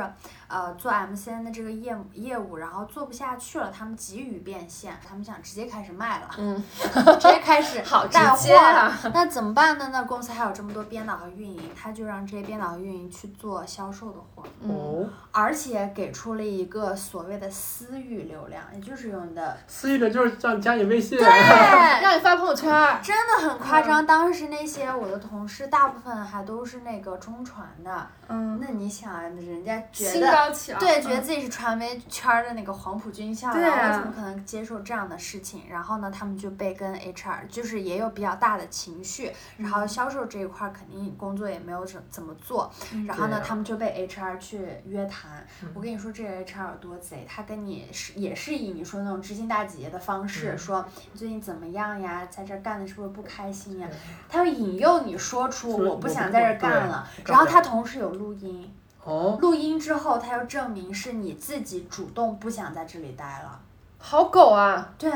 呃，做 MCN 的这个业务业务，然后做不下去了，他们急于变现，他们想直接开始卖 了，嗯， 直接开始 好直带接货了。啊！那怎么办呢？那公司还有这么多编导和运营，他就让这些编导和运营去做销售的活，嗯，哦，而且给出了一个所谓的私域流量，也就是用你的，私域的就是叫你加你微信，对， 让你发朋友圈儿，真的很夸嗯张。当时那些我的同事，大部分还都是那个中传的。嗯，那你想，啊，人家觉心得。高气昂，对，嗯觉得自己是传媒圈儿的那个黄埔军校，对然后啊我怎么可能接受这样的事情？然后呢，他们就被跟 HR 就是也有比较大的情绪，然嗯后销售这一块儿肯定工作也没有怎怎么做，嗯然后呢对，啊他们就被 HR 去约谈。嗯我跟你说，这个 HR 有多贼，他跟你是也是以你说那种知心大姐姐的方式、嗯说你最近怎么样呀，在这儿干的是不是不开心呀对？他会引诱你说出说我我不不想做在这儿对干了，干不然后了他同时有录音。哦，录音之后，他又证明是你自己主动不想在这里待了。好狗啊！对，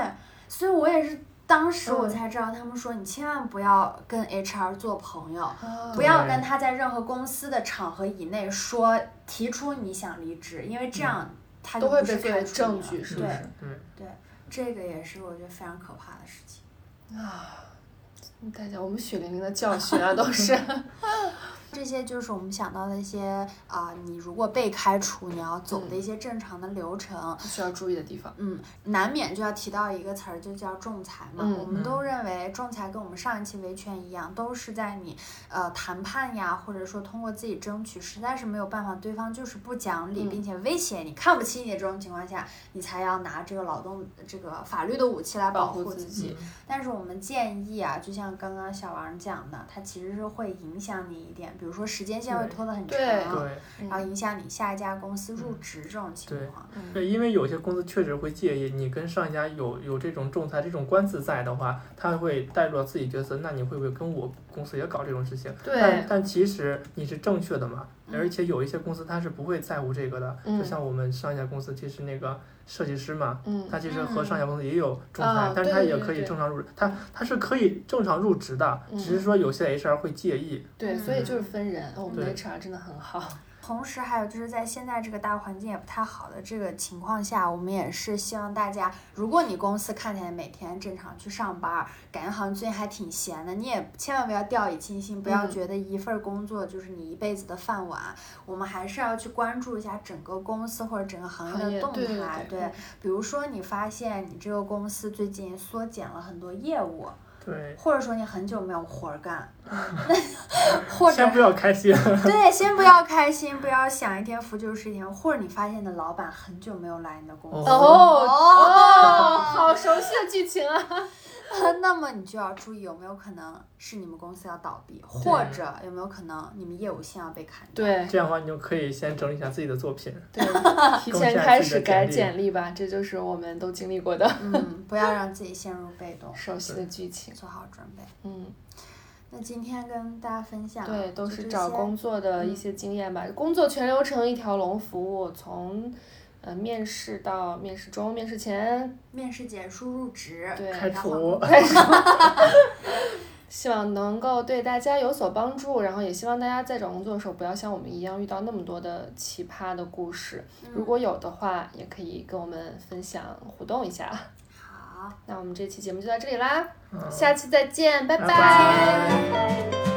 所以我也是当时我嗯才知道，他们说你千万不要跟 HR 做朋友，不不要对跟他在任何公司的场合以内说提出你想离职，因为这样他就嗯都会不是被作开为除证你了据是是不对是，？嗯，这个也是我觉得非常可怕的事情。啊，大家，我们血淋淋的教训啊，都 是。这些就是我们想到的一些啊、你如果被开除，你要走的嗯一些正常的流程。需要注意的地方。嗯，难免就要提到一个词儿，就叫仲裁嘛。嗯我们都认为仲裁跟我们上一期维权一样，都是在你呃谈判呀，或者说通过自己争取，实在是没有办法，对方就是不讲理，嗯并且威胁你、看不起你的这种情况下，你才要拿这个劳动这个法律的武器来保保护护自自嗯己。但是我们建议啊，就像刚刚小王讲的，它其实是会影响你一点，比如说时间线会对拖得很长，对然对后影响你下一家公司入职这种情对况。嗯，对，因为有些公司确实会介意你跟上一家有有这种仲裁这种官司在的话，他会带入到自己角色，那你会不会跟我公司也搞这种事情？但对，但其实你是正确的嘛，嗯而且有一些公司它是不会在乎这个的，嗯就像我们上一家公司其实那个设计师嘛，嗯，他其实和嗯上一家公司也有仲裁，啊但是他对对也对可以对正常入职，他他是可以正常入职的，嗯只是说有些 HR 会介意，对，嗯所以就是分人，我们的对 HR 真的很好。同时，还有就是在现在这个大环境也不太好的这个情况下，我们也是希望大家，如果你公司看起来每天正常去上班，感觉好像最近还挺闲的，你也千万不要掉以轻心，不要嗯觉得一份工作就是你一辈子的饭碗。我们还是要去关注一下整个公司或者整个行行业业的动态。对对嗯对比如说你发现你这个公司最近缩减了很多业务，对，或者说你很久没有活儿干， 那或者先不要开心，对，先不要开心，不要想一天福就是一天，或者你发现你的老板很久没有来你的公司，哦哦，好熟悉的剧情啊！ 那么你就要注意有没有可能是你们公司要倒闭，或者有没有可能你们业务线要被砍掉。 对这样的话你就可以先整理一下自己的作品， 对，提更前加开自己的始改简简历吧，这就是我们都经历过的 嗯，不要让自己陷入被动，熟悉的剧情。做好准备。嗯，那今天跟大家分享，对，都就这是找些工作的一些经验吧，工作全流程一条龙服务，从。呃，面试到面试中，面试前，面试结束入职，对开然除后。希望能够对大家有所帮助，然后也希望大家在找工作的时候不要像我们一样遇到那么多的奇葩的故事，如果有的话，也可以跟我们分享互动一下。好。那我们这期节目就到这里啦，嗯下期再见，拜拜拜拜